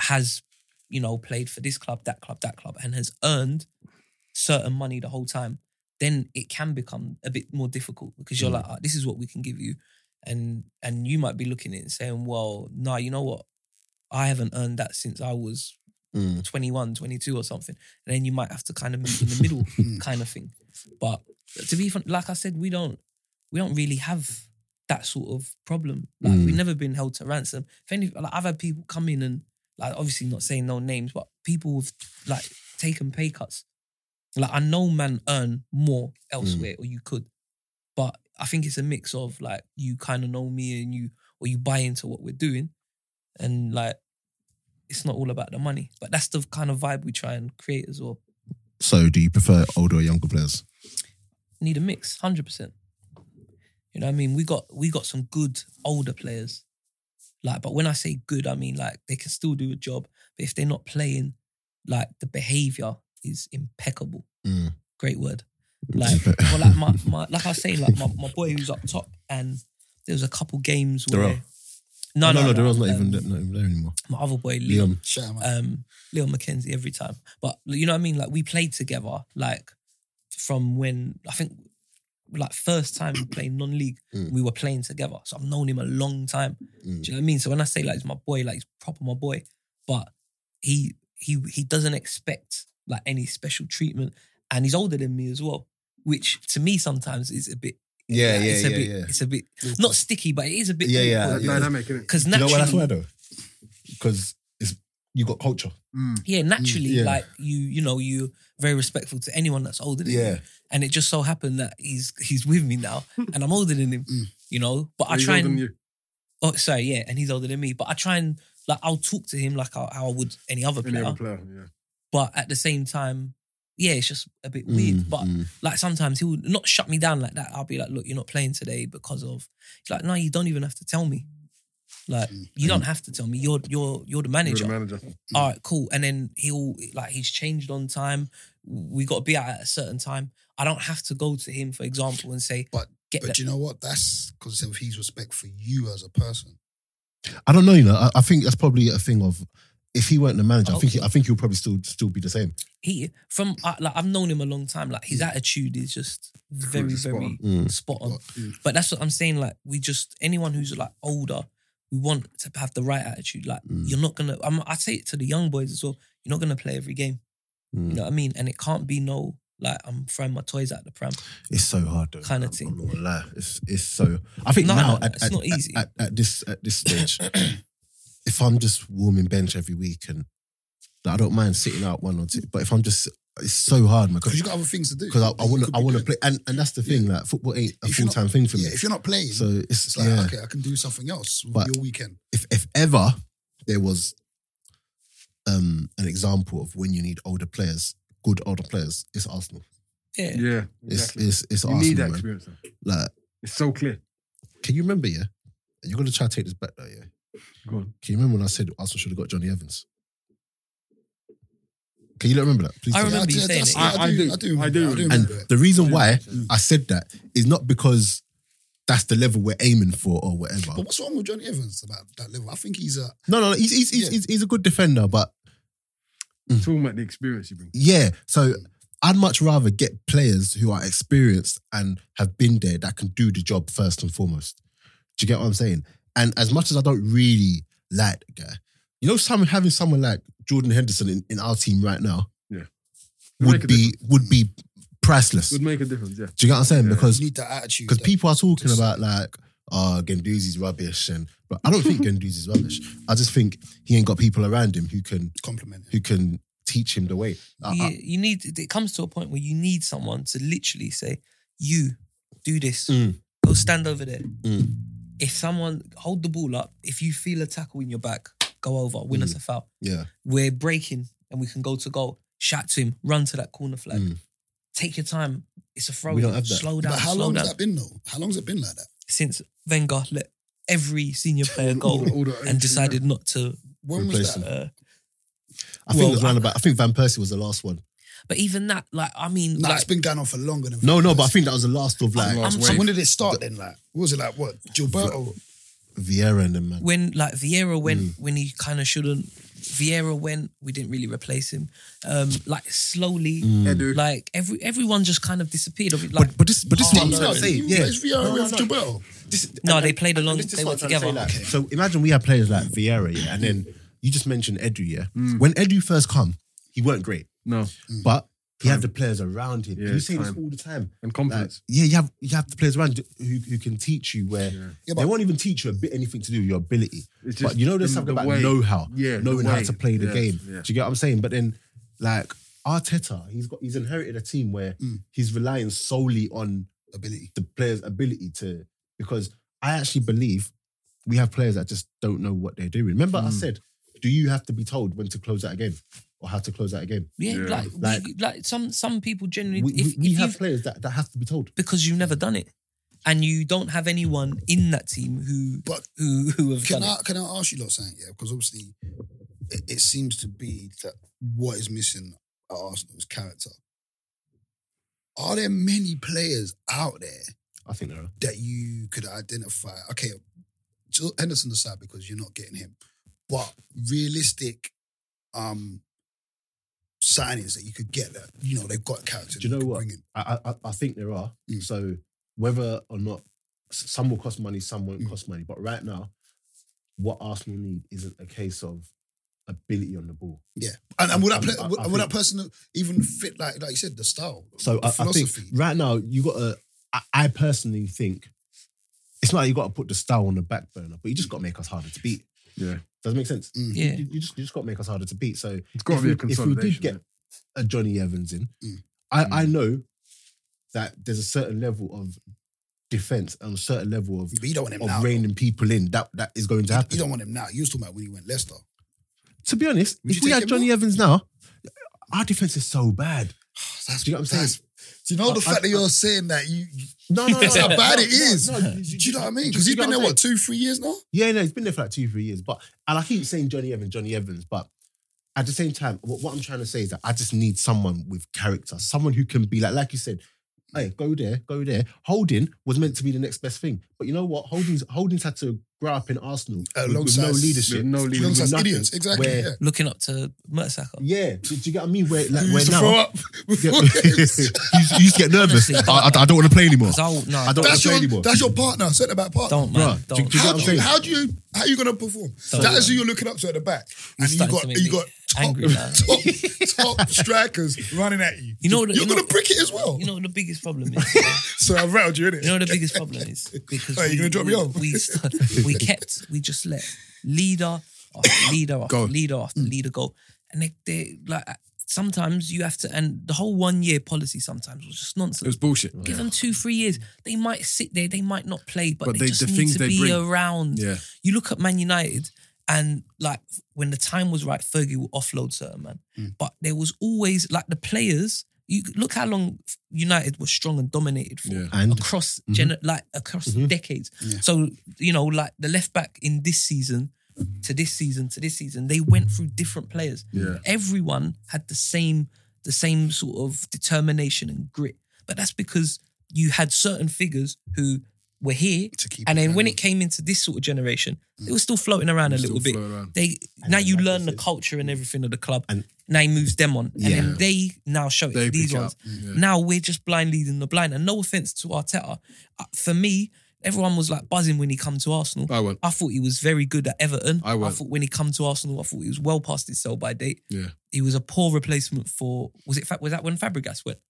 S1: has you know, played for this club, that club, that club, and has earned certain money the whole time, then it can become a bit more difficult because you're
S3: Mm.
S1: like, "Ah, this is what we can give you. And and you might be looking at it and saying, well, no, you know what? I haven't earned that since I was
S3: Mm.
S1: 21, 22 or something. And then you might have to kind of meet in the middle
S3: Hmm.
S2: Mm.
S1: kind of thing. But to be fun, like I said, we don't we don't really have that sort of problem. Like
S3: Mm.
S1: we've never been held to ransom. If any, like, I've had people come in and like obviously not saying no names, but people have like taken pay cuts. Like I know man earn more elsewhere,
S3: Mm.
S1: or you could, but I think it's a mix of like you kind of know me and you, or you buy into what we're doing, and like it's not all about the money, but that's the kind of vibe we try and create as well.
S3: So do you prefer older or younger players?
S1: need a mix, hundred percent. You know what I mean? We got we got some good older players. Like, but when I say good, I mean like they can still do a job, but if they're not playing, like the behavior is impeccable.
S3: Mm.
S1: Great word. Like, well, like my, my like I was saying, like my, my boy who's up top, and there was a couple games where
S3: Darrell.
S1: no,
S3: Oh, no,
S1: no,
S3: no, the Royals not,
S1: um,
S3: even there- not even there anymore.
S1: my other boy Liam
S3: Liam.
S2: Shout him out.
S1: um Lil Mackenzie every time. But you know what I mean? Like we played together, like from when I think like first time we played non-league,
S3: Mm.
S1: we were playing together. So I've known him a long time.
S3: Mm.
S1: Do you know what I mean? So when I say like he's my boy, like he's proper my boy, but he he he doesn't expect like any special treatment. And he's older than me as well, which to me sometimes is a bit
S3: Yeah, yeah,
S1: it's
S3: yeah,
S1: a bit
S3: yeah.
S1: it's a bit not sticky, but it is a bit
S3: Yeah, yeah,
S4: That
S3: yeah.
S4: dynamic, innit?
S1: Because
S3: You know
S1: naturally,
S3: why that's why though? Because it's you got culture.
S4: Mm.
S1: yeah, naturally,
S3: yeah.
S1: like you, you know, you very respectful to anyone that's older than you. And it just so happened that he's he's with me now, and I'm older than him,
S2: Mm.
S1: you know. But I
S4: He's
S1: try
S4: older than
S1: and
S4: you.
S1: oh, sorry, yeah, and he's older than me. But I try and like I'll talk to him like how, how I would any other
S4: Any
S1: player,
S4: other player, yeah.
S1: but at the same time, yeah, it's just a bit
S3: Mm.
S1: weird. But like sometimes he would not shut me down like that. I'll be like, look, you're not playing today because of. He's like, no, you don't even have to tell me. Like you don't have to tell me. You're you're you're the
S4: You're
S1: manager.
S4: the manager.
S1: All right, cool. And then he'll like he's changed on time. We got to be out at a certain time. I don't have to go to him, for example, and say
S2: But-
S1: get
S2: But
S1: that.
S2: you know what? That's because of his respect for you as a person.
S3: I don't know. You know, I, I think that's probably a thing of if he weren't the manager, I think he, I think he'll probably still still be the same.
S1: he from I like I've known him a long time. Like his attitude is just very
S4: Just spot
S1: very
S4: on.
S3: Mm.
S1: spot on.
S2: But, mm,
S1: But that's what I'm saying. Like we just anyone who's like older, we want to have the right attitude. Like
S3: Mm.
S1: you're not gonna. I'm, I say it to the young boys as well. You're not gonna play every game. You
S3: Mm.
S1: know what I mean? And it can't be no like I'm throwing my toys at the pram.
S3: It's so hard, though.
S1: Kinda
S3: I'm-
S1: thing.
S3: I'm not gonna lie. It's it's so. I think
S1: No,
S3: now
S1: no, no,
S3: at,
S1: it's
S3: at-
S1: not
S3: at-
S1: easy.
S3: At, at this at this stage, if I'm just warming bench every week and I don't mind sitting out one or two, but if I'm just it's so hard, man.
S2: Because
S3: Because
S2: you got other things to do.
S3: I, I want
S2: Could
S3: to I
S2: be
S3: want to
S2: good.
S3: play, and, and that's the thing. Like football ain't a
S2: If you're
S3: full
S2: not-
S3: time thing for me.
S2: Yeah, if you're not playing,
S3: so it's,
S2: it's like
S3: yeah.
S2: okay, I can do something else with
S3: But-
S2: your weekend.
S3: if if ever there was um an example of when you need older players, good older players, it's Arsenal.
S1: Yeah.
S4: Yeah,
S3: It's
S4: exactly.
S3: it's it's
S4: you
S3: Arsenal.
S4: need that
S3: man.
S4: experience. though.
S3: Like,
S4: It's so clear.
S3: can you remember? Yeah, you're gonna try to take this back though. Yeah,
S4: Go on.
S3: can you remember when I said Arsenal should have got Johnny Evans? Can you not remember that? Please.
S1: I
S3: tell me.
S1: remember you saying it.
S2: I, I, do, I do,
S4: I
S2: I
S4: do
S2: do, I do
S3: And
S2: remember it.
S3: the reason why I said that is not because that's the level we're aiming for or whatever.
S2: But what's wrong with Johnny Evans about that level? I think he's a
S3: No, no, he's he's, he's,
S2: Yeah.
S3: he's he's a good defender, but
S4: It's all about the experience you bring.
S3: Yeah. So I'd much rather get players who are experienced and have been there that can do the job first and foremost. Do you get what I'm saying? And as much as I don't really like the guy, you know, some, having someone like Jordan Henderson in, in our team right now
S4: Yeah. Would make
S3: would
S4: a
S3: be would be priceless.
S4: Would
S3: Do
S4: make a difference. Yeah.
S3: you get what I'm saying?
S4: Yeah.
S3: Because
S2: you need that attitude.
S3: because
S2: that-
S3: people are talking
S2: just-
S3: about like, oh, Genduzi's rubbish, and but I don't think Genduzi's rubbish. I just think he ain't got people around him who can
S2: compliment. him.
S3: who can teach him the way. I- I-
S1: yeah, you need. It comes to a point where you need someone to literally say, "You do this.
S3: Mm.
S1: Go stand over there."
S3: Mm.
S1: If someone hold the ball up, if you feel a tackle in your back, go over. Win
S3: Mm.
S1: us a foul.
S3: yeah.
S1: We're breaking and we can go to goal. Shout to him. Run to that corner flag.
S3: Mm.
S1: Take your time. It's a throw.
S3: We
S1: in.
S3: don't have that.
S1: Slow down.
S2: But how
S1: slow
S2: long
S1: down.
S2: has that been though? How long has it been like that?
S1: Since Wenger let every senior player
S4: All the-
S1: go
S4: all the-
S1: and decided not to.
S2: When
S3: Replace
S2: was
S3: him.
S2: that?
S1: Uh,
S3: I think
S1: Well,
S3: it was around about. I think Van Persie was the last one.
S1: but even that, like, I mean,
S2: Nah,
S1: like,
S2: it's been going on for longer than.
S3: No, no, but I think that was the last of like
S1: I'm-
S2: So when did it start then? Like, what was it like? What Gilberto?
S3: Vieira and them man.
S1: when like Vieira went
S3: Mm.
S1: when he kind of shouldn't. Vieira went, we didn't really replace him. Um, like slowly,
S4: Edu.
S1: like every everyone just kind of disappeared. Of it, like
S3: Mm. But, but this, but this is what I'm
S1: Oh,
S3: trying to
S1: no,
S3: say. Yeah,
S2: it's Vieira
S3: No, no,
S2: with
S3: no.
S2: Gilberto.
S3: This-
S1: no,
S3: and-
S1: they played
S3: and
S1: along.
S3: this is
S1: They
S3: what
S1: were
S3: I'm trying to
S1: together.
S3: say, like, So imagine we had players like Vieira, yeah, and then you just mentioned Edu, yeah. When Edu first come, he weren't great,
S4: No.
S3: but he had the players around him.
S4: Yeah,
S3: you say
S4: time.
S3: this all the Mm. time.
S4: And
S3: Like,
S4: confidence.
S3: yeah, you have you have the players around who, who can teach you where
S2: Yeah,
S3: they
S2: but-
S3: won't even teach you a bit anything to do with your ability.
S4: It's
S3: but
S4: just
S3: you know, there's
S4: the-
S3: something
S4: the
S3: about
S4: way-
S3: know-how,
S4: yeah, the
S3: knowing how
S4: way.
S3: to play the
S4: Yeah,
S3: game.
S4: yeah.
S3: Do you get what I'm saying? But then, like Arteta, he's got he's inherited a team where
S4: Mm.
S3: he's relying solely on
S2: Ability.
S3: the players' ability to because I actually believe we have players that just don't know what they're doing. Remember,
S4: Mm.
S3: I said, do you have to be told when to close out a game or how to close out a game?
S1: Yeah,
S4: Yeah.
S1: Like, like
S3: Like-
S1: like some some people
S3: We,
S1: generally
S3: we,
S1: if,
S3: we
S1: if
S3: have
S1: you've-
S3: players that, that have to be told.
S1: because you've never done it, and you don't have anyone in that team who
S2: But
S1: who who have
S2: Can
S1: done
S2: I
S1: it.
S2: can I ask you lot something? Yeah, because obviously, it, it seems to be that what is missing at Arsenal is character. Are there many players out there
S3: I think there are.
S2: that you could identify? Okay, Jill Henderson aside because you're not getting him, but realistic um signings that you could get that you know they've got character.
S3: Do you
S2: they
S3: know
S2: could
S3: what?
S2: bring in.
S3: I, I, I- I think there are.
S2: Mm.
S3: So whether or not s- some will cost money, some
S2: Mm.
S3: won't cost money. But right now, what Arsenal need isn't a case of ability on the ball.
S2: And, and would that
S3: Um,
S2: play,
S3: I-
S2: would,
S3: I
S2: would
S3: think-
S2: that person even fit like like you said the style?
S3: So
S2: the
S3: I, I think right now you got to. I, I personally think it's not like you got to put the style on the back burner, but you just got to make us harder to beat.
S4: Yeah.
S3: Does that make sense?
S2: Mm.
S1: Yeah.
S3: You, you just you just got to make us harder to beat. So
S4: It's got to
S3: if
S4: be
S3: we-
S4: a consolidation.
S3: If we did get
S4: yeah.
S3: a Johnny Evans in,
S2: Mm.
S3: I, I know that there's a certain level of defense and a certain level of,
S2: But you don't want him now.
S3: of reining people in that that is going to happen.
S2: You don't want him now. You was talking about when he went Leicester.
S3: To be honest,
S2: Would
S3: if
S2: you
S3: we
S2: take
S3: had
S2: him
S3: Johnny
S2: off?
S3: Evans now, our defense is so bad. Do you know what I'm saying?
S2: Do you know the fact that you're saying that you, you
S3: No, no, no.
S2: that's how bad it is.
S3: no,
S2: do you know what I mean? Because
S3: do
S2: he's
S3: you get
S2: been
S3: what
S2: there
S3: I'm
S2: what two, three years now.
S3: Yeah, no, he's been there for like two, three years. But and I keep saying Johnny Evans, Johnny Evans, but at the same time, what, what I'm trying to say is that I just need someone with character, someone who can be like, like you said, hey, go there, go there. Holding was meant to be the next best thing. But you know what? Holding's Holding's had to grow up in Arsenal
S2: Uh,
S3: with, with
S2: alongside-
S3: no leadership.
S6: no leader.
S2: Alongside
S3: nothing,
S2: idiots, exactly.
S3: where-
S2: yeah.
S1: Looking up to Mertesacker.
S3: Yeah, do, do you get what I mean? Where like
S2: Who
S3: where
S2: used to
S3: now?
S2: throw up
S3: Yeah.
S2: before
S3: you,
S2: games.
S3: used, you used to get nervous.
S1: Honestly,
S3: I, I, I don't want to play anymore.
S1: Because I'll, no,
S3: I don't
S2: That's
S3: play
S2: your
S3: anymore.
S2: that's your partner, centre back partner.
S1: don't, man.
S3: Bruh, do-
S1: Don't.
S3: do you get
S2: how
S3: what I'm
S2: do you,
S3: saying?
S2: how do you how you gonna perform?
S1: So-
S2: that is who you're looking up to at the back, and you
S1: starting
S2: got
S1: to make
S2: you
S1: me
S2: got top,
S1: angry now.
S2: top, top strikers running at you.
S1: You know what-
S2: you're
S1: you know
S2: gonna
S1: what-
S2: prick it as well.
S1: You know what the biggest problem is? yeah?
S2: so I've rattled you in it.
S1: You know what the biggest problem is because
S2: Oh, you're
S1: we,
S2: gonna drop me
S1: we,
S2: off?
S1: we, st- we kept we just let leader after leader after leader after leader go, and they, they like uh, sometimes you have to and the whole one year policy sometimes was just
S4: It was
S1: nonsense.
S4: bullshit.
S1: Give them two three years, they might sit there, they might not play, but,
S4: But
S1: they,
S4: they-
S1: just
S4: the
S1: need
S4: things
S1: to
S4: they
S1: be
S4: bring.
S1: around.
S4: Yeah.
S1: You look at Man United. And like when the time was right, Fergie will offload certain man.
S4: Mm.
S1: But there was always like the players. You look how long United was strong and dominated for
S4: Yeah.
S3: And
S1: across gener- like across decades. So you know, like the left back in this season to this season to this season, they went through different players.
S4: Yeah.
S1: Everyone had the same the same sort of determination and grit, but that's because you had certain figures who were here,
S2: To keep
S1: and
S2: it
S1: then when
S2: going.
S1: it came into this sort of generation, they were still floating around a
S4: Still
S1: little bit.
S4: float around.
S1: They now
S3: then
S1: you
S3: like
S1: learn
S3: this
S1: the
S3: is-
S1: culture and everything of the club,
S3: And-
S1: and now he moves them on,
S3: Yeah.
S1: and then they now show it
S4: They
S1: to these
S4: pick it
S1: ones.
S4: up. Yeah.
S1: Now we're just blind leading the blind. And no offense to Arteta, uh, for me, everyone was like buzzing when he come to Arsenal.
S4: I went.
S1: I thought he was very good at Everton.
S4: I won't.
S1: thought when he come to Arsenal, I thought he was well past his sell by date.
S4: Yeah.
S1: He was a poor replacement for was it Fa- was that when Fabregas went?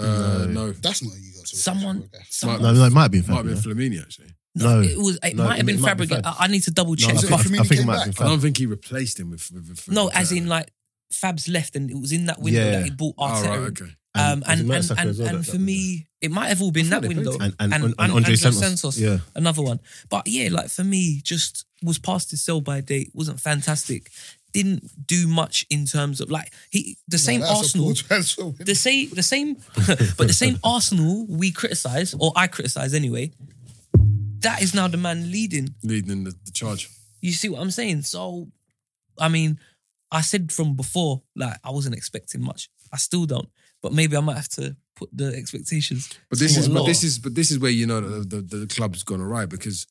S4: Uh,
S3: No.
S4: no.
S2: That's not you got to.
S1: Someone, someone
S3: no, no, it might be.
S4: Might have been Flamini actually.
S1: no,
S3: no.
S1: it was it
S3: No,
S1: might have
S3: it
S1: been
S3: might be
S1: Fabregas.
S3: Fab.
S1: I, I need to double
S3: No,
S1: check.
S3: I
S2: So
S1: but-
S2: if
S3: think- I think it
S2: Firmino
S3: might
S2: came
S3: have
S4: I
S3: been.
S4: don't think he replaced him with. with, with
S1: no,
S4: with,
S1: as
S4: uh,
S1: in like Fab's left and it was in that window
S3: Yeah.
S1: that he bought
S4: Oh,
S1: Arteta.
S4: right, okay.
S1: Um,
S3: it
S1: and
S3: was
S1: and,
S3: Mertesacker
S1: and,
S3: as well,
S1: and
S3: that-
S1: for
S3: that window.
S1: me, it might have all been that
S4: they
S1: window.
S4: played
S3: and and,
S1: and-
S3: and,
S1: and
S3: Andre
S1: Andros
S3: Santos.
S1: Santos.
S3: Yeah.
S1: another one. But yeah, like for me, just was past his sell by date, wasn't fantastic, didn't do much in terms of like he the same Arsenal. The same, the same, but the same Arsenal we criticize, or I criticize anyway. That is now the man leading.
S4: Leading in the, the charge.
S1: You see what I'm saying? So, I mean, I said from before, like I wasn't expecting much. I still don't, but maybe I might have to put the expectations.
S4: But this is
S1: somewhat
S4: but
S1: lower.
S4: this is but this is where you know that the, the, the club's gone awry because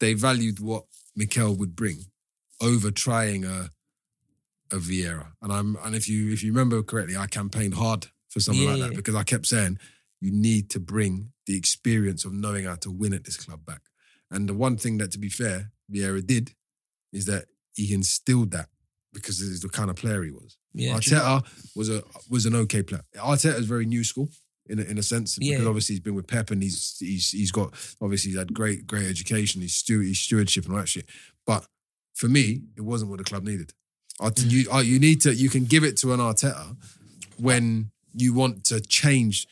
S4: they valued what Mikel would bring over trying a a Vieira. And I'm and if you if you remember correctly, I campaigned hard for something like
S1: Yeah.
S4: that because I kept saying you need to bring the experience of knowing how to win at this club back. And the one thing that, to be fair, Vieira did is that he instilled that because this is the kind of player he was.
S1: yeah,
S4: Arteta was a was an okay player. Arteta is very new school in a, in a sense
S1: Yeah.
S4: because obviously he's been with Pep and he's he's he's got obviously he's had great great education, he's steward, he's stewardship and all that shit. But for me, it wasn't what the club needed. Arte-
S1: Mm.
S4: you uh, you need to you can give it to an Arteta when you want to change.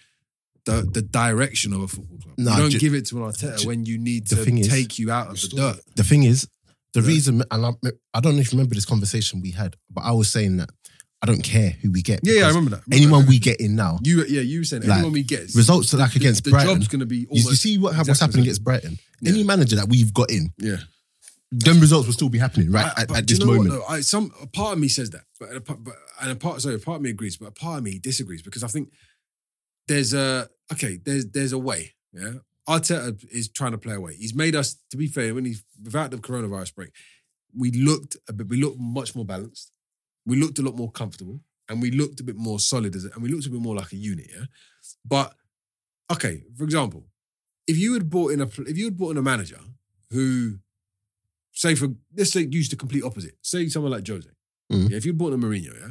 S4: The, the direction of a football club.
S3: Nah,
S4: you don't
S3: ju-
S4: give it to an Arteta
S3: ju-
S4: when you need
S3: the
S4: to
S3: thing is-
S4: take you out of the
S2: Restore
S4: dirt.
S3: the thing is, the
S4: Yeah.
S3: reason, and I, I don't know if you remember this conversation we had, but I was saying that I don't care who we get.
S4: Yeah, yeah, I
S3: because
S4: remember that. Remember
S3: Anyone
S4: that.
S3: we get in now,
S4: you yeah, you were saying
S3: Like,
S4: anyone we get is-
S3: results are like
S4: the-
S3: against
S4: the
S3: Brighton.
S4: job's going to be
S3: You-
S4: almost
S3: you see what, what's
S4: exactly
S3: happening
S4: the same.
S3: against Brighton.
S4: Yeah.
S3: Any manager that we've got in,
S4: yeah.
S3: them results will still be happening right
S4: I-
S3: at,
S4: but
S3: at
S4: do
S3: this
S4: you know what,
S3: moment.
S4: though? I, some a part of me says that, but, a part- but and a part sorry, a part of me agrees, but a part of me disagrees because I think there's a okay, there's there's a way. Yeah, Arteta is trying to play away. He's made us, to be fair, when he without the coronavirus break, we looked a bit, we looked much more balanced. We looked a lot more comfortable, and we looked a bit more solid as, a- and we looked a bit more like a unit. Yeah, but okay, for example, if you had brought in a if you had brought in a manager who say for let's say use the complete opposite. Say someone like Jose.
S3: Mm.
S4: Yeah, if you bought a Mourinho, yeah,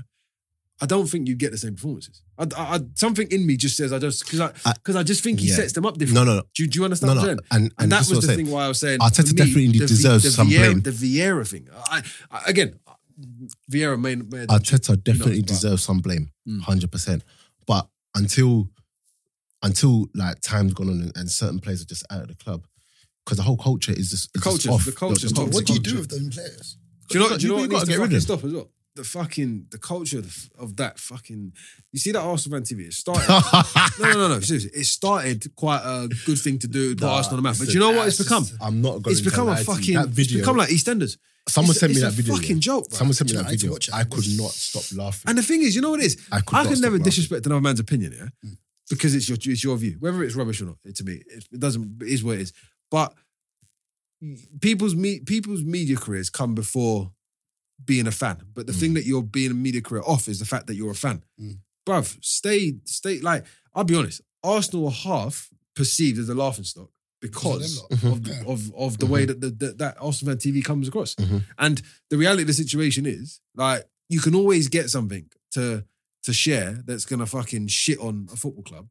S4: I don't think you'd get the same performances. I, I, I, something in me just says I just because I
S3: I-
S4: because I, just think he
S3: yeah.
S4: sets them up differently.
S3: No, no, no,
S4: Do, you- do you understand
S3: no,
S4: what I'm
S3: no.
S4: saying?
S3: And, and,
S4: And, that
S3: this is
S4: was the
S3: what I'm
S4: thing why I was saying
S3: Arteta
S4: for me,
S3: definitely
S4: the Vi-
S3: deserves
S4: the
S3: some
S4: Vieira,
S3: blame.
S4: The Vieira thing, I, I again, Vieira may, may have done shit.
S3: Arteta definitely
S4: but-
S3: deserves some blame,
S4: Mm.
S3: hundred percent. But until until like time's gone on and, and certain players are just out of the club, because the whole culture is just,
S4: The
S3: is just
S4: culture's-
S3: off.
S4: the culture's
S3: the-
S4: toxic.
S2: What do you do with them players?
S4: Do you know?
S3: You've
S4: Do you know
S3: got
S4: what
S3: to
S4: needs
S3: get
S4: to
S3: rid of
S4: fucking
S3: him.
S4: stop as well? the fucking the culture of, of that fucking. You see that Arsenal fan TV? It started. no, no, no, no. Seriously, it started quite a good thing to do. Put
S3: Nah,
S4: Arsenal on the map, but
S3: listen,
S4: you know what?
S3: nah,
S4: It's
S3: it's
S4: become.
S3: just- I'm not going
S4: It's become
S3: to
S4: a
S3: lie to you.
S4: fucking.
S3: That video-
S4: It's become like EastEnders.
S3: Someone
S4: It's a-
S3: sent me
S4: it's
S3: that
S4: a
S3: video. yeah.
S4: Fucking joke, bro.
S3: Someone sent me
S2: I
S3: that
S2: had to
S3: video.
S2: watch it.
S3: I could not stop laughing.
S4: And the thing is, you know what it is?
S3: I
S4: I,
S3: could not
S4: can
S3: stop
S4: never
S3: laughing. Hmm.
S4: disrespect another man's opinion, yeah? Because it's your it's your view. Whether it's rubbish or not, it, to me, it, it doesn't it is what it is. But people's me, people's media careers come before being a fan. But the thing
S3: Hmm.
S4: that you're being a media career off is the fact that you're a fan.
S2: Mm.
S4: Bruv, stay, stay like, I'll be honest, Arsenal are half perceived as a laughing stock because
S2: Because of them lot.
S4: of, the-
S2: Yeah. Mm-hmm.
S4: of, of the way that the, that that Arsenal fan TV comes across.
S3: Mhm.
S4: And the reality of the situation is, like, you can always get something to to share that's gonna fucking shit on a football club,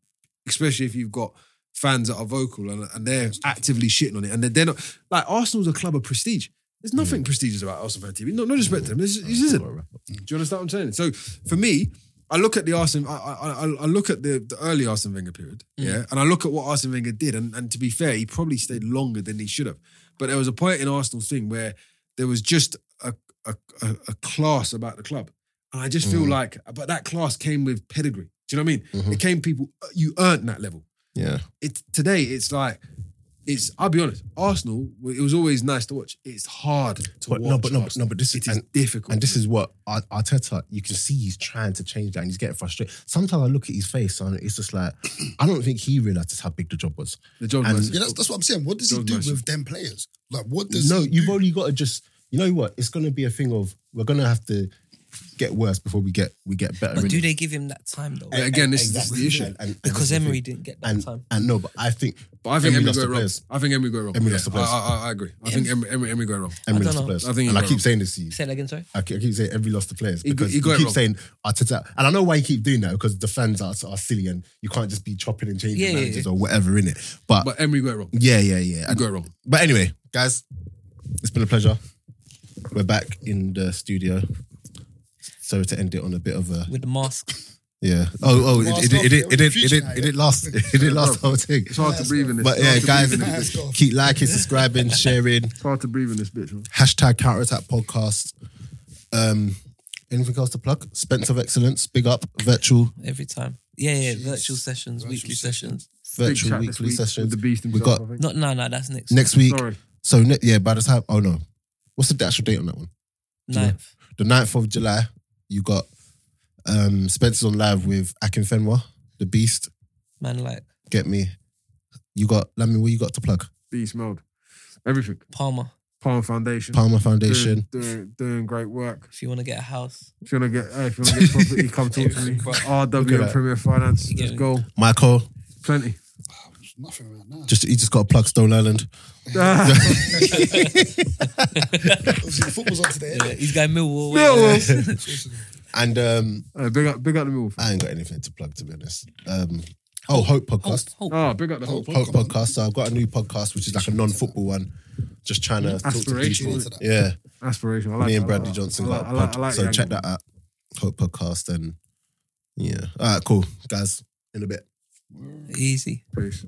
S4: especially if you've got fans that are vocal and, and they're actively shitting on it. And they're, they're not like Arsenal's a club of prestige. There's nothing
S2: Mm.
S4: prestigious about Arsenal fan TV. No, no respect to them. This, this isn't. Do you understand what I'm saying? So for me, I look at the Arsenal. I, I, I I look at the, the early Arsene Wenger period,
S3: Mm.
S4: yeah, and I look at what Arsene Wenger did. And, and to be fair, he probably stayed longer than he should have. But there was a point in Arsenal's thing where there was just a a, a, a class about the club, and I just feel
S3: Mm.
S4: like, but that class came with pedigree. Do you know what I mean? It came people you earned that level
S3: Mm-hmm. yeah.
S4: it's today it's like it's I'll be honest Arsenal it was always nice to watch it's hard to
S3: But
S4: watch
S3: no, but no, but no,
S4: Arsenal.
S3: but this is,
S4: it is
S3: and,
S4: difficult
S3: and this is what Ar- Arteta. You can see he's trying to change that, and he's getting frustrated. Sometimes I look at his face, and it's just like I don't think he realizes how big the job was.
S4: the job
S3: and-
S4: was-
S2: Yeah, that's, that's what I'm saying. What does he
S4: George
S2: do
S4: Mason.
S2: with them players? Like, what does
S3: no,
S2: he
S3: you've
S2: do?
S3: only got to just. You know what? It's going to be a thing of we're going to have to get worse before we get we get better.
S1: But
S3: innit?
S1: do they give him that time though?
S4: Yeah, again this, is the issue
S3: And- and- and that's
S1: because
S3: the
S1: Emery
S3: thing.
S1: didn't get that
S3: and,
S1: time.
S3: and no, but I think
S4: but I think Emery,
S3: lost
S4: got
S3: the
S4: it wrong
S3: players.
S4: I think Emery got it wrong
S3: Emery lost the players.
S4: I, I, I agree I think Emery, Emery, Emery got it wrong
S3: Emery
S1: I
S3: lost
S1: don't
S3: the
S1: know.
S3: players.
S4: I think
S3: and
S4: you're
S3: I keep
S4: right.
S3: saying this to you.
S1: Say that again, sorry.
S3: I keep I keep saying every lost the players
S4: You got-
S3: because
S4: you
S3: you,
S4: got it
S3: keep
S4: wrong.
S3: saying Arteta, and I know why you keep doing that because the fans are, are silly and you can't just be chopping and changing
S1: Yeah, yeah,
S3: managers
S1: yeah.
S3: or whatever in it. But,
S4: but Emery got it wrong
S3: yeah, yeah, yeah.
S4: you
S3: And-
S4: got it wrong
S3: but anyway, guys, it's been a pleasure. We're back in the studio. So to end it on a bit of a
S1: With the mask.
S3: yeah. Oh oh,
S2: Last
S3: it, it, it, it, it, did- it, did- it, did last it did last the whole thing.
S7: It's hard to breathe in this.
S3: But
S7: It's
S3: yeah,
S7: hard to breathe
S3: guys,
S7: in this bitch.
S2: Mask off.
S3: keep liking, subscribing, sharing.
S7: It's hard to breathe in this bitch. man.
S3: Hashtag counterattack podcast. Um, anything else to plug? Spence of Excellence, big up, virtual,
S1: every time. Yeah, yeah. Virtual
S2: Jeez.
S1: sessions,
S2: Virtual
S1: weekly sessions.
S7: Big
S3: virtual
S7: chat this
S3: weekly
S7: week
S3: sessions.
S7: with the beast
S3: We
S7: himself.
S3: got
S7: I think.
S1: Not no, no. That's next.
S3: next week.
S7: Sorry,
S3: So ne- yeah, by the time oh no, what's the actual date on that one?
S1: ninth.
S3: The 9th of July. You got um Spencer's on live with Akin Fenwa, the Beast.
S1: Man, like
S3: Get me. You got Lammy. What you got to plug?
S7: beast mode. Everything.
S1: Palmer.
S7: Palm Foundation.
S3: Palmer Foundation.
S7: Doing, doing, doing great work.
S1: If you want to get a house,
S7: If you want to get, hey, if you want to get property, come talk to me.
S3: Look
S7: RW
S3: at that.
S7: and Premier Finance.
S1: Yeah.
S7: Let's go.
S3: Michael.
S7: Plenty.
S2: Nothing right now.
S3: Just you just got to plug Stone Island.
S2: Obviously, the football's on today.
S1: yeah, he's going Millwall.
S7: Millwall.
S3: And um,
S7: Hey, big up, big up the move.
S3: I ain't got anything to plug to be honest. Um, oh Hope
S1: Hope,
S3: Podcast.
S1: hope.
S7: Oh, big up the whole.
S3: Hope Podcast. So I've got a new podcast which is like a non-football one. Just trying to talk to
S7: Aspirational.
S3: people.
S2: Into that.
S3: Yeah.
S7: Aspiration. I like
S3: me
S7: that.
S3: and
S7: I
S3: Bradley
S7: like-
S3: Johnson
S7: I
S3: got
S7: like-
S3: a
S7: I like-
S3: pod.
S7: I like
S3: so
S7: the
S3: check
S7: angle.
S3: that out. Hope podcast and yeah. All right, cool. Guys, in a bit.
S7: Peace.
S1: Easy.
S7: Peace.